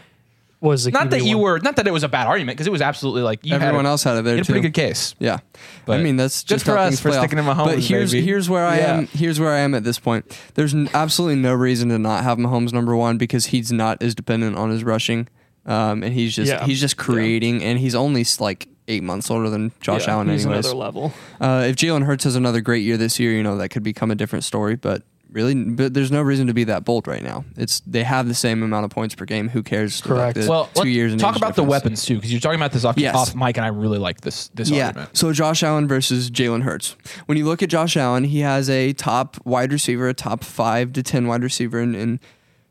Speaker 2: was the
Speaker 1: Not that
Speaker 2: QB1.
Speaker 1: you were. Not that it was a bad argument, because it was absolutely like you
Speaker 4: Everyone
Speaker 1: had a,
Speaker 4: else had it there
Speaker 1: you had a pretty
Speaker 4: too.
Speaker 1: good case.
Speaker 4: Yeah,
Speaker 1: But
Speaker 4: I mean that's
Speaker 1: good
Speaker 4: just
Speaker 1: for
Speaker 4: how
Speaker 1: us
Speaker 4: things
Speaker 1: for
Speaker 4: play out.
Speaker 1: sticking to Mahomes,
Speaker 4: But here's
Speaker 1: baby.
Speaker 4: here's where I
Speaker 1: Yeah.
Speaker 4: am. Here's where I am at this point. There's n- absolutely no reason to not have Mahomes number one because he's not as dependent on his rushing, um, and he's just
Speaker 2: Yeah.
Speaker 4: he's just creating, and he's only s- like eight months older than Josh
Speaker 2: Yeah,
Speaker 4: Allen.
Speaker 2: he's
Speaker 4: Anyways,
Speaker 2: another level.
Speaker 4: uh, if Jalen Hurts has another great year this year, you know that could become a different story. But really, but there's no reason to be that bold right now. It's they have the same amount of points per game. Who cares? about
Speaker 2: Correct.
Speaker 4: the
Speaker 1: well,
Speaker 4: two
Speaker 1: let-
Speaker 4: years. and
Speaker 1: talk
Speaker 4: age
Speaker 1: about the
Speaker 4: difference?
Speaker 1: weapons too, because you're talking about this off,
Speaker 4: Yes.
Speaker 1: off mic, and I really like this this
Speaker 4: yeah.
Speaker 1: argument.
Speaker 4: So Josh Allen versus Jalen Hurts. When you look at Josh Allen, he has a top wide receiver, a top five to ten wide receiver in, in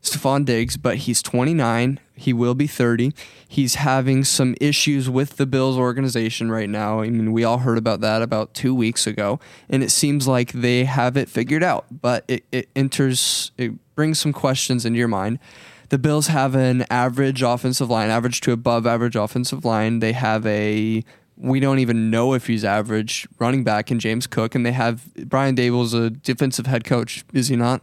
Speaker 4: Stephon Diggs, but he's 29. He will be 30. He's having some issues with the Bills organization right now. I mean, we all heard about that about two weeks ago, and it seems like they have it figured out, but it, it enters, it brings some questions into your mind. The Bills have an average offensive line, average to above average offensive line. They have a we don't even know if he's average running back in James Cook, and they have Brian Dable's a defensive head coach, is he not?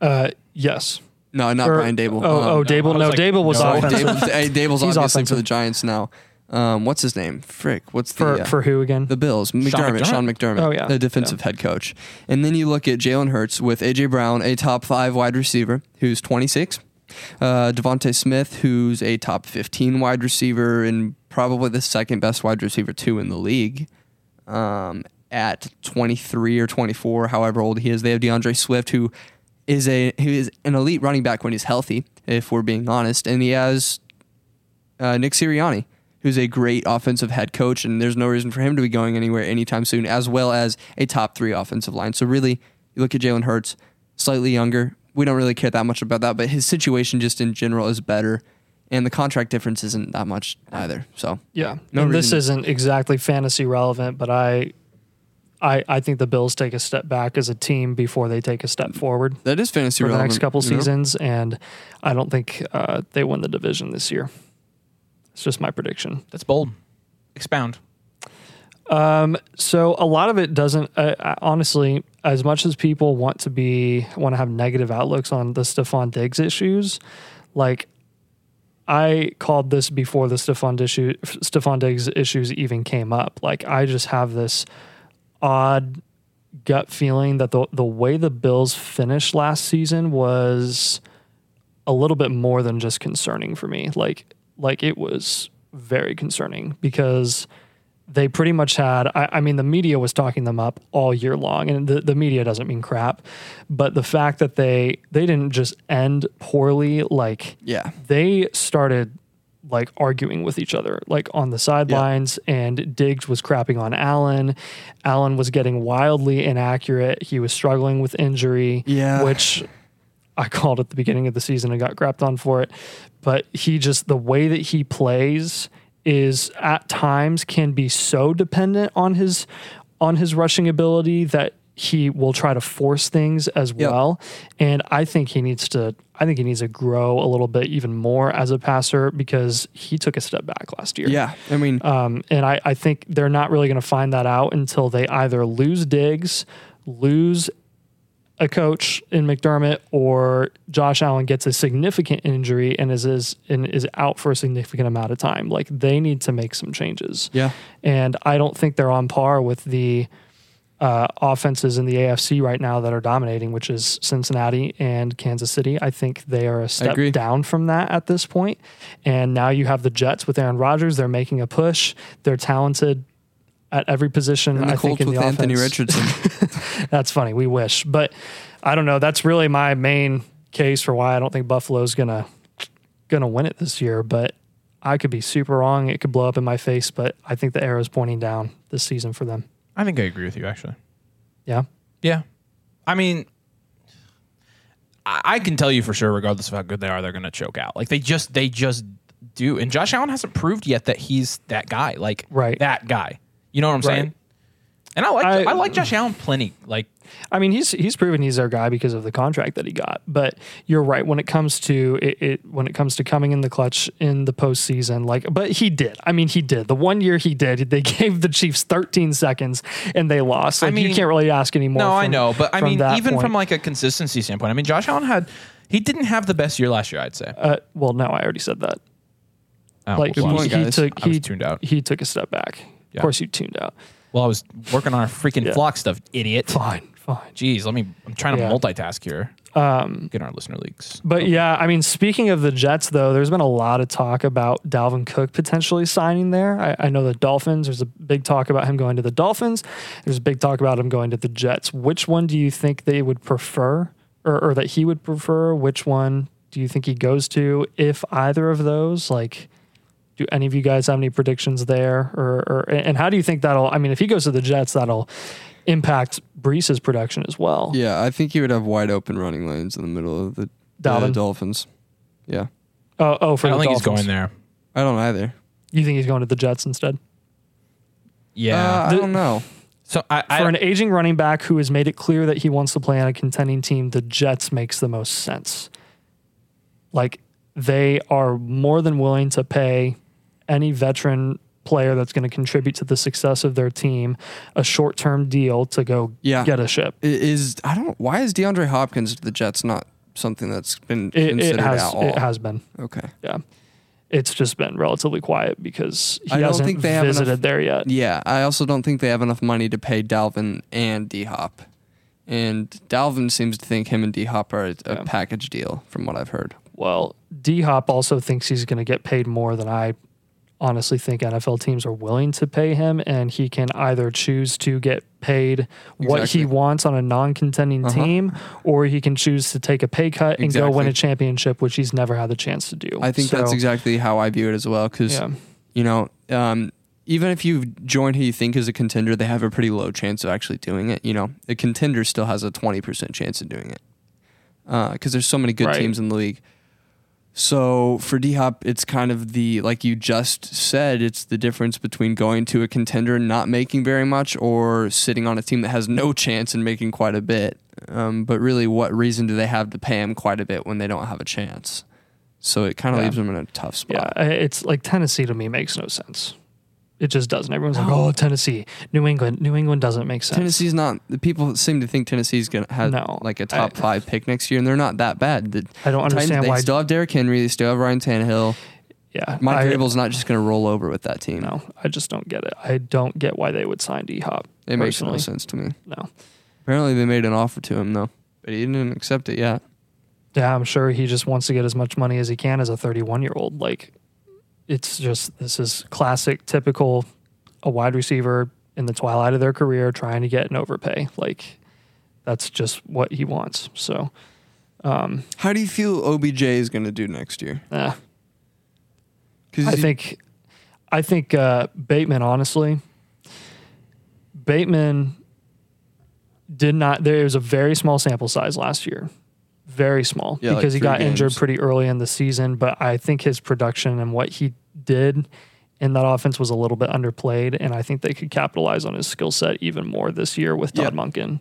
Speaker 2: Uh, yes.
Speaker 4: No, not
Speaker 2: Or-
Speaker 4: Brian Dable.
Speaker 2: Oh,
Speaker 4: Um,
Speaker 2: oh Dable.
Speaker 1: I was
Speaker 2: No,
Speaker 1: like,
Speaker 2: Dable was
Speaker 1: no.
Speaker 4: Sorry,
Speaker 2: offensive.
Speaker 4: Dable- hey, Dable's
Speaker 2: He's
Speaker 4: obviously for
Speaker 2: offensive.
Speaker 4: the Giants now. Um, what's his name? Frick. What's the
Speaker 2: [laughs] For,
Speaker 4: uh,
Speaker 2: for who again?
Speaker 4: the Bills? McDermott.
Speaker 1: McDermott.
Speaker 4: Sean McDermott.
Speaker 2: Oh, yeah.
Speaker 4: The defensive head coach. And then you look at Jalen Hurts with AJ Brown, a top five wide receiver who's 26. Uh, Devonte Smith, who's a top 15 wide receiver and probably the second best wide receiver two in the league. Um, at 23 or 24, however old he is, they have DeAndre Swift, who is a who is an elite running back when he's healthy, if we're being honest, and he has uh, Nick Sirianni, who's a great offensive head coach, and there's no reason for him to be going anywhere anytime soon, as well as a top three offensive line. So really, you look at Jalen Hurts, slightly younger. We don't really care that much about that, but his situation just in general is better, and the contract difference isn't that much either. So
Speaker 2: yeah.
Speaker 4: No
Speaker 2: and this
Speaker 4: reason.
Speaker 2: isn't exactly fantasy relevant, but I, I, I think the Bills take a step back as a team before they take a step forward
Speaker 4: that is
Speaker 2: for
Speaker 4: fantasy
Speaker 2: the
Speaker 4: relevant,
Speaker 2: next couple
Speaker 4: you know?
Speaker 2: seasons, and I don't think uh, they win the division this year. It's just my prediction.
Speaker 1: That's bold. Expound.
Speaker 2: Um, so a lot of it doesn't uh, uh, honestly as much as people want to be want to have negative outlooks on the Stefan Diggs issues like I called this before the Stefan issue Stefan Diggs issues even came up like I just have this odd gut feeling that the the way the Bills finished last season was a little bit more than just concerning for me. Like like it was very concerning because they pretty much had I, I mean the media was talking them up all year long and the, the media doesn't mean crap but the fact that they they didn't just end poorly like
Speaker 4: Yeah,
Speaker 2: they started like arguing with each other, like on the sidelines. And Diggs was crapping on Allen. Allen was getting wildly inaccurate. He was struggling with injury,
Speaker 4: Yeah.
Speaker 2: which I called at the beginning of the season and got crapped on for it. But he just, the way that he plays is at times can be so dependent on his on his rushing ability that he will try to force things as
Speaker 4: Yep.
Speaker 2: well and i think he needs to i think he needs to grow a little bit even more as a passer because he took a step back last year
Speaker 4: Yeah, I mean,
Speaker 2: um, and I, I think they're not really going to find that out until they either lose Diggs, lose a coach in McDermott, or Josh Allen gets a significant injury and is is and is out for a significant amount of time. Like they need to make some changes.
Speaker 4: yeah,
Speaker 2: And I don't think they're on par with the uh, offenses in the AFC right now that are dominating, which is Cincinnati and Kansas City. I think they are a step
Speaker 4: agree.
Speaker 2: down from that at this point. And now you have the Jets with Aaron Rodgers. They're making a push. They're talented at every position.
Speaker 4: and the
Speaker 2: I
Speaker 4: Colts
Speaker 2: think in
Speaker 4: with
Speaker 2: the offense.
Speaker 4: Anthony Richardson.
Speaker 2: [laughs] That's funny. We wish, but I don't know. That's really my main case for why I don't think Buffalo's gonna gonna win it this year. But I could be super wrong. It could blow up in my face. But I think the arrow's pointing down this season for them.
Speaker 1: I think I agree with you actually.
Speaker 2: Yeah.
Speaker 1: Yeah. I mean, I, I can tell you for sure, regardless of how good they are, they're going to choke out. Like they just, they just do. And Josh Allen hasn't proved yet that he's that guy. Like
Speaker 2: Right.
Speaker 1: that guy. You know what I'm
Speaker 2: Right.
Speaker 1: saying? And I like, I,
Speaker 2: I- um,
Speaker 1: like Josh Allen plenty. Like
Speaker 2: I mean, he's he's proven he's our guy because of the contract that he got. But you're right when it comes to it, it when it comes to coming in the clutch in the postseason. Like, but he did. I mean, he did. The one year he did, they [laughs] gave the Chiefs 13 seconds and they lost. Like,
Speaker 1: mean-
Speaker 2: you can't really ask anymore.
Speaker 1: No, I
Speaker 2: from-
Speaker 1: know, but I
Speaker 2: from
Speaker 1: mean,
Speaker 2: that
Speaker 1: even
Speaker 2: point.
Speaker 1: from like a consistency standpoint, I mean, Josh Allen had he didn't have the best year last year. I'd say.
Speaker 2: uh, well, no, I already said that.
Speaker 1: Oh,
Speaker 2: Like
Speaker 1: well,
Speaker 2: he,
Speaker 1: I was,
Speaker 4: point,
Speaker 2: he
Speaker 4: guys.
Speaker 2: took
Speaker 1: I was
Speaker 2: he
Speaker 1: tuned out.
Speaker 2: He took a step back.
Speaker 1: Yeah.
Speaker 2: Of course, you tuned out.
Speaker 1: well, I was working on our freaking
Speaker 2: Yeah.
Speaker 1: flock stuff, idiot.
Speaker 2: Fine, fine.
Speaker 1: Jeez, let me. I'm trying to
Speaker 2: Yeah.
Speaker 1: multitask here. Um, get our listener leaks.
Speaker 2: But yeah, I mean, speaking of the Jets, though, there's been a lot of talk about Dalvin Cook potentially signing there. I, I know the Dolphins. There's a big talk about him going to the Dolphins. There's a big talk about him going to the Jets. Which one do you think they would prefer, or, or that he would prefer? Which one do you think he goes to, if either of those? Like, do any of you guys have any predictions there, or, or and how do you think that'll? I mean, if he goes to the Jets, that'll impact Brees's production as well.
Speaker 4: yeah, I think he would have wide open running lanes in the middle of the, the
Speaker 2: Dalvin.
Speaker 4: Dolphins. Yeah,
Speaker 2: Oh, oh, for
Speaker 1: I don't
Speaker 2: the
Speaker 1: think he's
Speaker 2: Dolphins.
Speaker 1: going there.
Speaker 4: I don't either.
Speaker 2: You think he's going to the Jets instead?
Speaker 1: Yeah.
Speaker 4: Uh, I don't know.
Speaker 1: so I, I
Speaker 2: For an aging running back who has made it clear that he wants to play on a contending team, the Jets makes the most sense. Like they are more than willing to pay any veteran player that's going to contribute to the success of their team a short-term deal to go
Speaker 4: Yeah.
Speaker 2: get a ship.
Speaker 4: I- Is I don't. Why is DeAndre Hopkins to the Jets not something that's been
Speaker 2: It, it
Speaker 4: considered
Speaker 2: has
Speaker 4: at all?
Speaker 2: it has been.
Speaker 4: Okay.
Speaker 2: Yeah. It's just been relatively quiet because he
Speaker 4: I don't
Speaker 2: hasn't
Speaker 4: think they have enough-
Speaker 2: visited there yet.
Speaker 4: Yeah, I also don't think they have enough money to pay Dalvin and D Hop. And Dalvin seems to think him and D Hop are a, a
Speaker 2: Yeah.
Speaker 4: package deal, from what I've heard.
Speaker 2: Well, D Hop also thinks he's going to get paid more than I honestly think NFL teams are willing to pay him, and he can either choose to get paid what
Speaker 4: Exactly.
Speaker 2: he wants on a non-contending
Speaker 4: Uh-huh.
Speaker 2: team, or he can choose to take a pay cut and go win
Speaker 4: Exactly.
Speaker 2: a championship, which he's never had the chance to do.
Speaker 4: I think that's
Speaker 2: So,
Speaker 4: exactly how I view it as well. Because
Speaker 2: Yeah.
Speaker 4: you know, um, even if you join who you think is a contender, they have a pretty low chance of actually doing it. You know, a contender still has a twenty percent chance of doing it because there's so many good
Speaker 2: Right.
Speaker 4: teams in the league. So for D Hop, it's kind of the like you just said, it's the difference between going to a contender and not making very much, or sitting on a team that has no chance and making quite a bit. Um, but really, what reason do they have to pay him quite a bit when they don't have a chance? So it kind of
Speaker 2: Yeah.
Speaker 4: leaves them in a tough spot.
Speaker 2: Yeah, I- it's like Tennessee to me makes no sense. It just doesn't. Everyone's
Speaker 4: [gasps]
Speaker 2: like, "Oh, Tennessee, New England, New England doesn't make sense."
Speaker 4: Tennessee's not. The people seem to think Tennessee's gonna have
Speaker 2: No,
Speaker 4: like a
Speaker 2: I-
Speaker 4: top five pick next year, and they're not that bad. The
Speaker 2: I don't understand
Speaker 4: Titans,
Speaker 2: why-
Speaker 4: they still have Derrick Henry. They still have Ryan Tannehill.
Speaker 2: yeah,
Speaker 4: Mike
Speaker 2: I-
Speaker 4: Vrabel's not just gonna roll over with that team.
Speaker 2: No, I just don't get it. I don't get why they would sign D Hop.
Speaker 4: it makes no sense to me.
Speaker 2: No.
Speaker 4: Apparently, they made an offer to him though, but he didn't accept it yet.
Speaker 2: Yeah, I'm sure he just wants to get as much money as he can as a 31 year old. Like, it's just this is classic, typical, a wide receiver in the twilight of their career trying to get an overpay. Like, that's just what he wants. So,
Speaker 4: How do you feel OBJ is gonna do next year?
Speaker 2: eh.
Speaker 4: Because
Speaker 2: I think, I think uh, Bateman. Honestly, Bateman did not. There was a very small sample size last year, very small
Speaker 4: Yeah, like
Speaker 2: because he
Speaker 4: three
Speaker 2: got injured
Speaker 4: games.
Speaker 2: pretty early in the season. But I think his production and what he did in that offense was a little bit underplayed, and I think they could capitalize on his skill set even more this year with Todd Monken.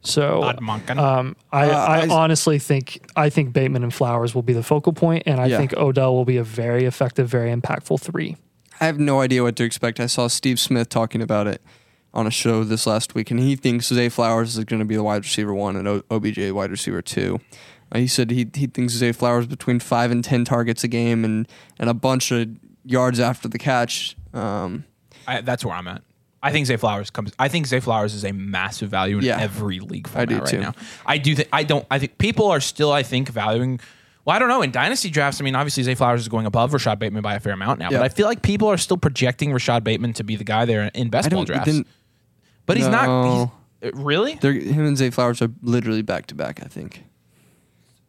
Speaker 2: So
Speaker 1: Todd Monken.
Speaker 2: Um, I,
Speaker 4: Uh,
Speaker 2: I,
Speaker 4: I-
Speaker 2: honestly think I think Bateman and Flowers will be the focal point, and I
Speaker 4: Yeah.
Speaker 2: think Odell will be a very effective, very impactful three.
Speaker 4: I have no idea what to expect. I saw Steve Smith talking about it on a show this last week, and he thinks Zay Flowers is going to be the wide receiver one and O- OBJ wide receiver two. Uh, he said he he thinks Zay Flowers between five and ten targets a game and and a bunch of yards after the catch. Um,
Speaker 1: I, that's where I'm at. I think Zay Flowers comes. I think Zay Flowers is a massive value in
Speaker 4: Yeah.
Speaker 1: every league
Speaker 4: I
Speaker 1: format
Speaker 4: do
Speaker 1: right
Speaker 4: too.
Speaker 1: now. I do think. I don't. I think people are still. I think valuing. Well, I don't know. In dynasty drafts, I mean, obviously Zay Flowers is going above Rashad Bateman by a fair amount now,
Speaker 4: Yeah.
Speaker 1: but I feel like people are still projecting Rashad Bateman to be the guy there in
Speaker 4: I
Speaker 1: best ball
Speaker 4: don't.
Speaker 1: drafts.
Speaker 4: Then
Speaker 1: but he's not.
Speaker 4: No.
Speaker 1: He's, uh, really?
Speaker 4: they're, him and Zay Flowers are literally back to back. I think.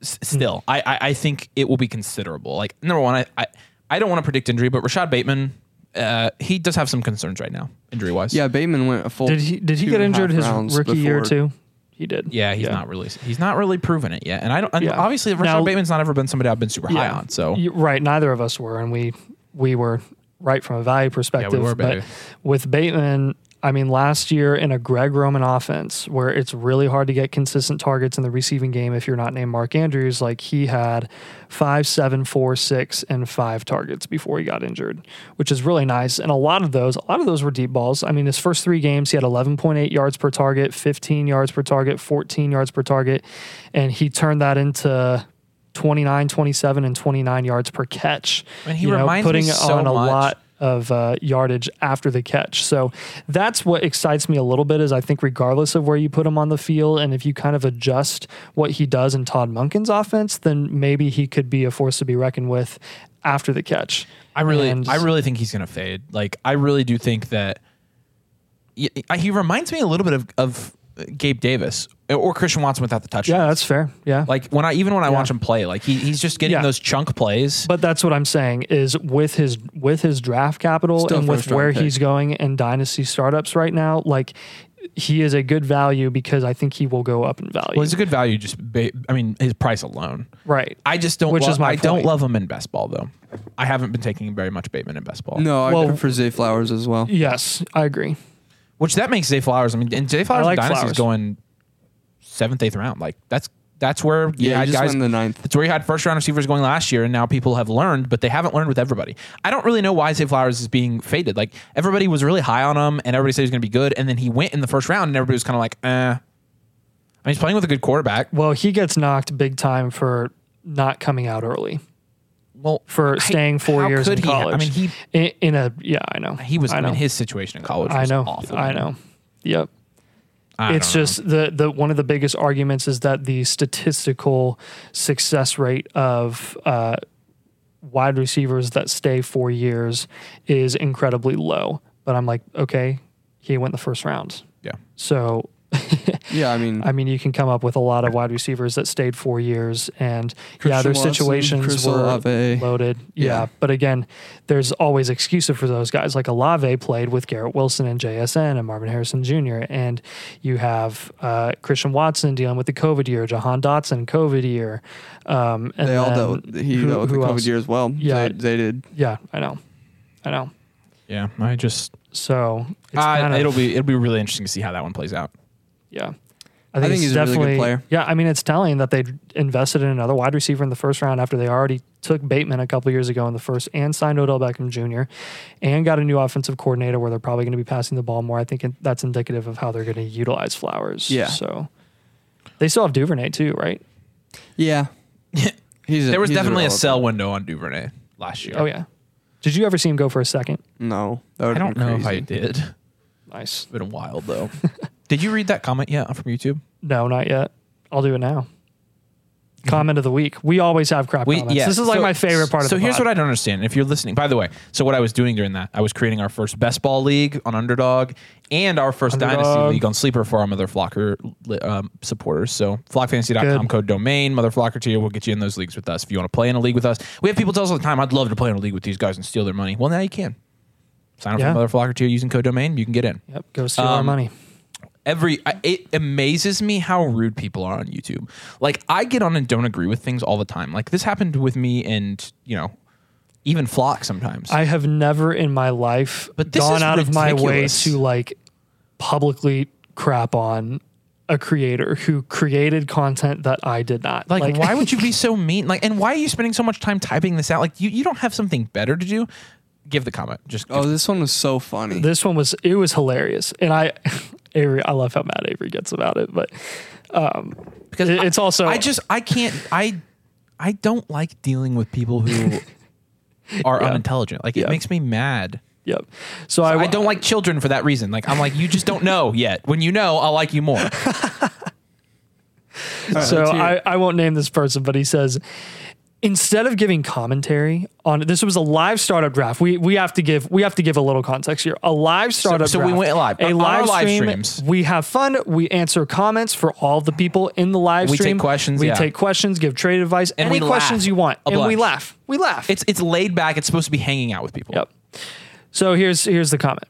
Speaker 1: S- Still, I, I I think it will be considerable. Like number one, I I, I don't want to predict injury, but Rashad Bateman, uh, he does have some concerns right now, injury wise.
Speaker 4: Yeah, Bateman went a full.
Speaker 2: Did he did he
Speaker 4: two
Speaker 2: get
Speaker 4: and a
Speaker 2: injured
Speaker 4: half
Speaker 2: his
Speaker 4: rounds
Speaker 2: rookie year
Speaker 4: before-
Speaker 2: too? He did.
Speaker 1: Yeah, he's not really he's not really proven it yet, and I don't. And
Speaker 2: Yeah.
Speaker 1: Obviously, Rashad
Speaker 2: Now-
Speaker 1: Bateman's not ever been somebody I've been super high on. So
Speaker 2: You- right, neither of us were, and we we were right from a value perspective.
Speaker 1: were,
Speaker 2: but
Speaker 1: baby.
Speaker 2: with Bateman, I mean, last year in a Greg Roman offense where it's really hard to get consistent targets in the receiving game if you're not named Mark Andrews, like he had five, seven, four, six, and five targets before he got injured, which is really nice. And a lot of those, a lot of those were deep balls. I mean, his first three games, he had 11.8 yards per target, 15 yards per target, 14 yards per target, and he turned that into 29, 27, and 29 yards per catch.
Speaker 1: And he
Speaker 2: you know,
Speaker 1: reminds me
Speaker 2: putting
Speaker 1: so
Speaker 2: on a
Speaker 1: much.
Speaker 2: lot of uh, yardage after the catch. So that's what excites me a little bit. Is I think regardless of where you put him on the field, and if you kind of adjust what he does in Todd Munkin's offense, then maybe he could be a force to be reckoned with after the catch.
Speaker 1: I really,
Speaker 2: And-
Speaker 1: I really think he's gonna fade. Like I really do think that y- I- he reminds me a little bit of of Gabe Davis or Christian Watson without the touchdown.
Speaker 2: yeah, that's fair. Yeah,
Speaker 1: like when I even when I
Speaker 2: Yeah.
Speaker 1: watch him play, like he, he's just getting
Speaker 2: Yeah.
Speaker 1: those chunk plays.
Speaker 2: But that's what I'm saying is with his with his draft capital
Speaker 4: Still
Speaker 2: and
Speaker 4: first
Speaker 2: with
Speaker 4: round
Speaker 2: where
Speaker 4: pick.
Speaker 2: he's going in dynasty startups right now, like he is a good value because I think he will go up in value.
Speaker 1: well, he's a good value. Just ba- I mean his price alone.
Speaker 2: right.
Speaker 1: I just don't.
Speaker 2: Which
Speaker 1: lo-
Speaker 2: is my
Speaker 1: I don't
Speaker 2: point.
Speaker 1: love him in best ball though. I haven't been taking very much Bateman in best ball.
Speaker 4: No, I
Speaker 2: Well-
Speaker 4: prefer Zay Flowers as well.
Speaker 2: yes, I agree.
Speaker 1: Which that makes Zay Flowers. I mean, and Zay Flowers
Speaker 2: like
Speaker 1: Dynasty
Speaker 2: Flowers.
Speaker 1: is going seventh, eighth round. Like that's that's where you
Speaker 4: Yeah, he
Speaker 1: had
Speaker 4: just
Speaker 1: guys
Speaker 4: went in the ninth.
Speaker 1: That's where you had first round receivers going last year, and now people have learned, but they haven't learned with everybody. I don't really know why Zay Flowers is being faded. Like everybody was really high on him, and everybody said he was going to be good, and then he went in the first round, and everybody was kind of like, eh. I mean, he's playing with a good quarterback.
Speaker 2: Well, he gets knocked big time for not coming out early
Speaker 1: Well,
Speaker 2: for
Speaker 1: I-
Speaker 2: staying four
Speaker 1: how
Speaker 2: years in
Speaker 1: could he ha-
Speaker 2: college.
Speaker 1: I mean, he
Speaker 2: in, in a yeah, I know
Speaker 1: he was.
Speaker 2: I
Speaker 1: I,
Speaker 2: know
Speaker 1: mean, his situation in college.
Speaker 2: I
Speaker 1: Was
Speaker 2: know
Speaker 1: Awful,
Speaker 2: I know. Yep.
Speaker 1: I don't
Speaker 2: it's
Speaker 1: know.
Speaker 2: just the the one of the biggest arguments is that the statistical success rate of uh, wide receivers that stay four years is incredibly low. But I'm like, okay, he went the first round,
Speaker 1: yeah.
Speaker 2: so
Speaker 4: Yeah, I mean,
Speaker 2: I mean, you can come up with a lot of wide receivers that stayed four years, and yeah,
Speaker 4: Christian
Speaker 2: their
Speaker 4: Watson,
Speaker 2: situations
Speaker 4: Chris
Speaker 2: were
Speaker 4: Olave.
Speaker 2: loaded. Yeah.
Speaker 4: Yeah.
Speaker 2: but again, there's always excuses for those guys. Like Alave played with Garrett Wilson and JSN and Marvin Harrison Jr., and you have uh, Christian Watson dealing with the COVID year, Jahan Dotson COVID year, um, and
Speaker 4: they all
Speaker 2: then
Speaker 4: dealt. With, he
Speaker 2: who-
Speaker 4: dealt with the
Speaker 2: who
Speaker 4: COVID
Speaker 2: else?
Speaker 4: year as well.
Speaker 2: Yeah.
Speaker 4: they, they did.
Speaker 2: Yeah, I know, I know.
Speaker 1: Yeah, I just
Speaker 2: So it's
Speaker 1: uh,
Speaker 2: kind of,
Speaker 1: it'll be it'll be really interesting to see how that one plays out.
Speaker 2: yeah.
Speaker 4: I think
Speaker 2: it's
Speaker 4: he's a really good player.
Speaker 2: Yeah, I mean, it's telling that they invested in another wide receiver in the first round after they already took Bateman a couple years ago in the first and signed Odell Beckham Jr. and got a new offensive coordinator where they're probably going to be passing the ball more. I think it- that's indicative of how they're going to utilize Flowers.
Speaker 4: Yeah.
Speaker 2: So they still have Duvernay too, right?
Speaker 4: Yeah, [laughs] he's. A,
Speaker 1: There was
Speaker 4: he's
Speaker 1: definitely a
Speaker 4: relevant.
Speaker 1: sell window on Duvernay last year.
Speaker 2: Oh yeah. Did you ever see him go for a second?
Speaker 4: No, that would
Speaker 1: I
Speaker 4: have
Speaker 1: don't
Speaker 4: been
Speaker 1: know
Speaker 4: crazy.
Speaker 1: if I did. It's
Speaker 2: Nice.
Speaker 1: been a while [laughs] though. Did you read that comment yet from YouTube?
Speaker 2: No, not yet. I'll do it now. comment of the week. We always have crap
Speaker 1: We,
Speaker 2: comments.
Speaker 1: yeah.
Speaker 2: This is like
Speaker 1: so-
Speaker 2: my favorite part of
Speaker 1: So
Speaker 2: the
Speaker 1: here's
Speaker 2: pod.
Speaker 1: what I don't understand. If you're listening, by the way, so what I was doing during that, I was creating our first best ball league on Underdog and our first
Speaker 2: Underdog.
Speaker 1: dynasty league on Sleeper for our Mother Flocker li- um, supporters. So flockfantasy.com
Speaker 2: Good.
Speaker 1: code domain, Mother Flocker tier will get you in those leagues with us. If you want to play in a league with us, we have people tell us all the time, I'd love to play in a league with these guys and steal their money. Well, now you can. Sign up
Speaker 2: Yeah.
Speaker 1: for Mother Flocker tier using code domain. You can get in
Speaker 2: Yep, go steal our
Speaker 1: Um,
Speaker 2: money.
Speaker 1: every I- it amazes me how rude people are on YouTube. Like I get on and don't agree with things all the time. Like this happened with me and, you know, even Flock sometimes.
Speaker 2: I have never in my life
Speaker 1: But this
Speaker 2: gone
Speaker 1: is
Speaker 2: out of my way
Speaker 1: ridiculous.
Speaker 2: to like publicly crap on a creator who created content that I did not.
Speaker 1: like, why would you be so mean? Like and why are you spending so much time typing this out? Like you, you don't have something better to do? Give the comment. Just
Speaker 4: Oh, this one was so funny.
Speaker 2: [laughs] this one was it was hilarious, and I [laughs] Avery, I love how mad Avery gets about it, but um,
Speaker 1: because
Speaker 2: it-
Speaker 1: I-
Speaker 2: it's also-
Speaker 1: I just I can't I I don't like dealing with people who are unintelligent. Like
Speaker 2: Yeah.
Speaker 1: it makes me mad.
Speaker 2: yep. So,
Speaker 1: I,
Speaker 2: I,
Speaker 1: I don't like children for that reason. Like I'm like you just don't know yet. When you know, I'll like you more.
Speaker 2: So
Speaker 4: let's hear
Speaker 2: I, I won't name this person, but he says instead of giving commentary on this was a live startup draft. We we have to give we have to give a little context here. A live startup.
Speaker 1: so we
Speaker 2: draft,
Speaker 1: went live.
Speaker 2: A
Speaker 1: On our
Speaker 2: live,
Speaker 1: live
Speaker 2: stream.
Speaker 1: streams.
Speaker 2: We have fun. We answer comments for all the people in the live
Speaker 1: We take
Speaker 2: stream.
Speaker 1: questions,
Speaker 2: We
Speaker 1: yeah.
Speaker 2: take questions. Give trade advice.
Speaker 1: And
Speaker 2: any
Speaker 1: we
Speaker 2: questions
Speaker 1: laugh
Speaker 2: you want,
Speaker 1: a
Speaker 2: and we
Speaker 1: bunch.
Speaker 2: laugh. We laugh.
Speaker 1: It's it's laid back. It's supposed to be hanging out with people.
Speaker 2: Yep. So here's here's the comment.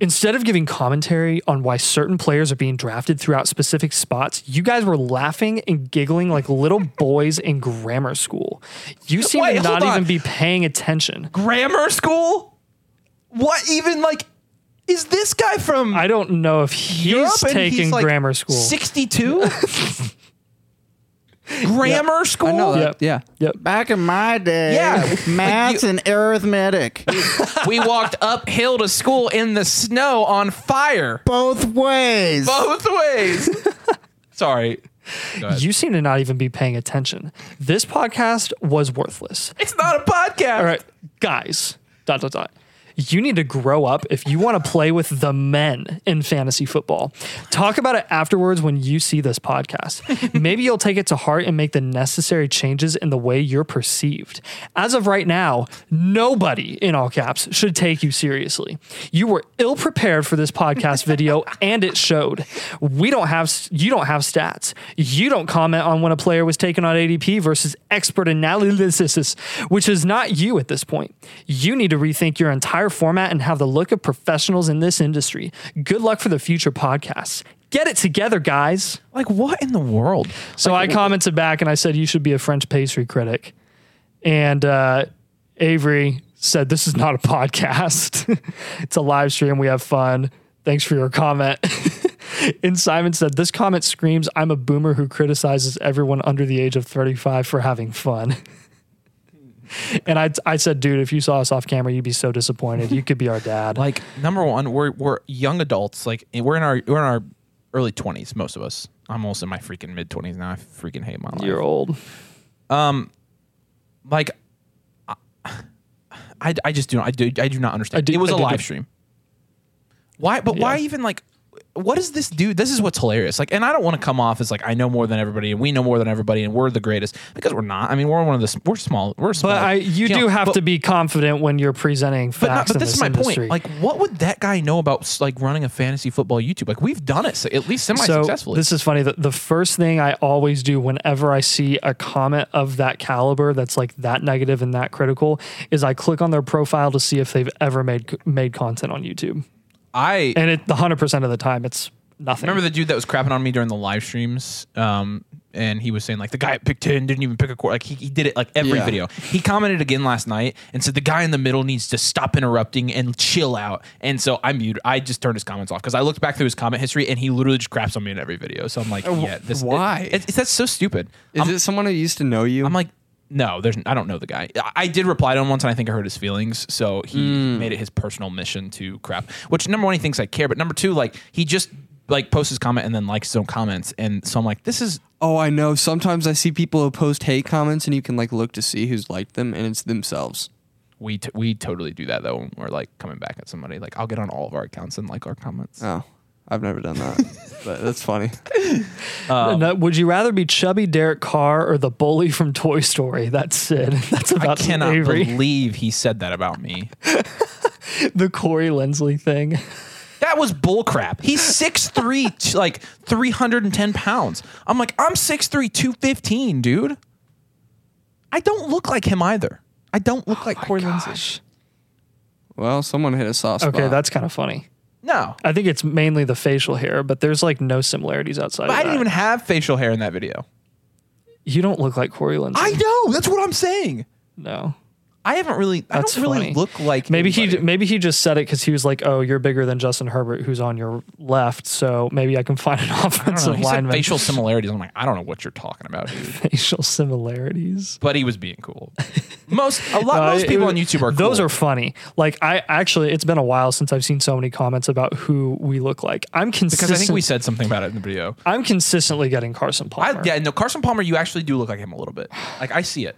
Speaker 2: Instead of giving commentary on why certain players are being drafted throughout specific spots, you guys were laughing and giggling
Speaker 1: [laughs]
Speaker 2: like little boys in grammar school. You seem
Speaker 1: Wait,
Speaker 2: to not
Speaker 1: hold on.
Speaker 2: even be paying attention.
Speaker 1: Grammar school? What even like is this guy from
Speaker 2: I don't know if he's
Speaker 1: Europe and
Speaker 2: taking
Speaker 1: he's, like,
Speaker 2: grammar school.
Speaker 1: 62? [laughs] Grammar school?
Speaker 4: I know
Speaker 2: Yep.
Speaker 4: that. Yeah.
Speaker 2: Yep.
Speaker 3: Back in my
Speaker 2: [laughs]
Speaker 3: day,
Speaker 1: Yeah.
Speaker 3: maths and arithmetic
Speaker 1: We walked uphill to school in the snow on fire
Speaker 3: both ways.
Speaker 1: both ways. Sorry.
Speaker 2: You seem to not even be paying attention. This podcast was worthless.
Speaker 1: It's not a podcast.
Speaker 2: All right, guys, dot dot dot. You need to grow up if you want to play with the men in fantasy football. Talk about it afterwards when you see this podcast. Maybe you'll take it to heart and make the necessary changes in the way you're perceived. As of right now, nobody in all caps should take you seriously. You were ill prepared for this podcast video and it showed. We don't have you don't have stats. You don't comment on when a player was taken on ADP versus expert analysis, which is not you at this point. You need to rethink your entire format and have the look of professionals in this industry. Good luck for the future podcasts. Get it together, guys.
Speaker 1: Like what in the world?
Speaker 2: So I commented back and I said, You should be a French pastry critic. And uh, Avery said, This is not a [laughs] podcast. it's a live stream. We have fun. Thanks for your comment. [laughs] and Simon said, This comment screams, I'm a boomer who criticizes everyone under the age of 35 for having fun. [laughs] and I, I said, Dude, if you saw us off camera, you'd be so disappointed. You could be our dad.
Speaker 1: [laughs] Like number one, we're we're young adults. Like and we're in our we're in our early twenties, most of us. I'm almost in my freaking mid twenties now. I freaking hate my life.
Speaker 2: You're old.
Speaker 1: like, I, I, I just do not I do I do not understand.
Speaker 2: I do-
Speaker 1: it was
Speaker 2: I
Speaker 1: a
Speaker 2: do
Speaker 1: live
Speaker 2: do-
Speaker 1: stream. Why? But why
Speaker 2: Yeah.
Speaker 1: even like? What is this dude? This is what's hilarious. Like, and I don't want to come off as like I know more than everybody, and we know more than everybody, and we're the greatest because we're not. I mean, we're one of the s- we're small. We're small.
Speaker 2: But I, you do
Speaker 1: know,
Speaker 2: have
Speaker 1: but-
Speaker 2: to be confident when you're presenting facts.
Speaker 1: But, not, but
Speaker 2: in
Speaker 1: this, is my point.
Speaker 2: industry.
Speaker 1: Like, what would that guy know about s- like running a fantasy football YouTube? Like, we've done it so, at least semi-successfully.
Speaker 2: This is funny. The, the first thing I always do whenever I see a comment of that caliber that's like that negative and that critical is I click on their profile to see if they've ever made made content on YouTube.
Speaker 1: I
Speaker 2: And it the hundred percent of the time it's nothing.
Speaker 1: Remember the dude that was crapping on me during the live streams? Um, and he was saying like the guy at pick ten didn't even pick a quarter. Like he, he did it like every
Speaker 4: Yeah.
Speaker 1: video. He commented again last night and said the guy in the middle needs to stop interrupting and chill out. And so I muted. I just turned his comments off because I looked back through his comment history and he literally just craps on me in every video. So I'm like, yeah, this
Speaker 4: Uh, why?
Speaker 1: It, it's- that's so stupid.
Speaker 4: Is
Speaker 1: I'm,
Speaker 4: it someone who used to know you?
Speaker 1: I'm like, no, there's. I don't know the guy. I, I did reply to him once and I think I hurt his feelings. So he made it his personal mission to crap. Which number one, he thinks I care, but number two, like he just like posts his comment and then likes his own comments, and so I'm like, this is
Speaker 4: oh, I know. Sometimes I see people who post hate comments, and you can like look to see who's liked them, and it's themselves.
Speaker 1: we t- we totally do that though when we're like coming back at somebody. Like I'll get on all of our accounts and like our comments.
Speaker 4: Oh, I've never
Speaker 2: [laughs]
Speaker 4: done that, but that's funny.
Speaker 1: um,
Speaker 2: No, Uh, would you rather be chubby Derek Carr or the bully from Toy Story? That's Sid. [laughs] That's
Speaker 1: I
Speaker 2: about
Speaker 1: cannot
Speaker 2: Avery.
Speaker 1: believe he said that about me.
Speaker 2: [laughs] the Corey Lindsley thing.
Speaker 1: That was bullcrap.
Speaker 2: [laughs]
Speaker 1: He's 6'3, t- like 310 pounds. I'm like, I'm 6'3, 215, dude. I don't look like him either. I don't
Speaker 2: Oh
Speaker 1: look like Corey
Speaker 2: [sighs]
Speaker 1: Lindsey.
Speaker 4: Well, someone hit a soft spot.
Speaker 2: Okay, that's kind of funny.
Speaker 1: No.
Speaker 2: I think it's mainly the facial hair, but there's like no similarities outside.
Speaker 1: But I
Speaker 2: of
Speaker 1: didn't
Speaker 2: that.
Speaker 1: even have facial hair in that video.
Speaker 2: You don't look like Corey Lindsay.
Speaker 1: I know. That's what I'm saying.
Speaker 2: no.
Speaker 1: I haven't really, I
Speaker 2: That's
Speaker 1: don't really
Speaker 2: funny.
Speaker 1: look like
Speaker 2: Maybe he
Speaker 1: anybody.
Speaker 2: maybe he just said it because he was like, "Oh, you're bigger than Justin Herbert, who's on your left, so maybe I can find an [laughs]
Speaker 1: I don't know.
Speaker 2: offensive
Speaker 1: He said
Speaker 2: lineman."
Speaker 1: facial similarities. I'm like, I don't know what you're talking about, dude.
Speaker 2: [laughs] Facial similarities.
Speaker 1: But he was being
Speaker 2: [laughs]
Speaker 1: cool. Most a lot
Speaker 2: No,
Speaker 1: most
Speaker 2: it-
Speaker 1: people
Speaker 2: it-
Speaker 1: on YouTube are cool.
Speaker 2: Those are funny. Like I actually, it's been a while since I've seen so many comments about who we look like. I'm
Speaker 1: because I
Speaker 2: consistent.
Speaker 1: think we said something about it in the video.
Speaker 2: I'm consistently getting Carson Palmer.
Speaker 1: I, yeah, no, Carson Palmer, you actually do look like him a little bit. Like I see it,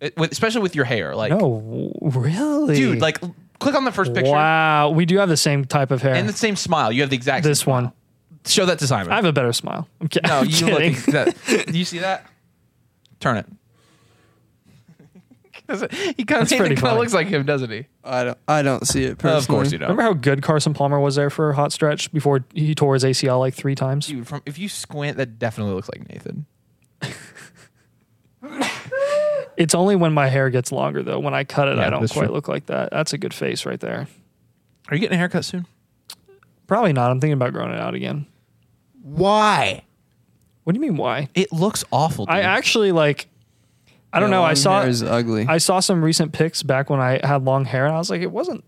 Speaker 1: It- with, especially with your hair. Like,
Speaker 2: No, w- really,
Speaker 1: dude, like l- click on the first picture
Speaker 2: Wow, we do have the same type of hair.
Speaker 1: and the same smile. You have the exact.
Speaker 2: this
Speaker 1: same
Speaker 2: one,
Speaker 1: smile. Show that to Simon.
Speaker 2: I have a better smile. I'm, ki-
Speaker 1: no,
Speaker 2: [laughs] I'm
Speaker 1: you look.
Speaker 2: kidding.
Speaker 1: Exact, do you see that? Turn it. 'Cause he kind of
Speaker 2: [laughs] That's pretty funny.
Speaker 1: looks like him, doesn't he?
Speaker 4: I don't. I don't see it personally.
Speaker 1: Of course you don't.
Speaker 2: Remember how good Carson Palmer was there for a hot stretch before he tore his ACL like three times?
Speaker 1: Dude, from if you squint, that definitely looks like Nathan.
Speaker 2: It's only when my hair gets longer though. When I cut it,
Speaker 1: Yeah,
Speaker 2: I don't
Speaker 1: that's
Speaker 2: quite
Speaker 1: true.
Speaker 2: look like that. That's a good face right there.
Speaker 1: Are you getting a haircut soon?
Speaker 2: Probably not. I'm thinking about growing it out again.
Speaker 3: Why?
Speaker 2: What do you mean why?
Speaker 1: It looks awful. Dude.
Speaker 2: I actually like. I don't know. I saw
Speaker 4: Is ugly.
Speaker 2: I saw some recent pics back when I had long hair, and I was like, it wasn't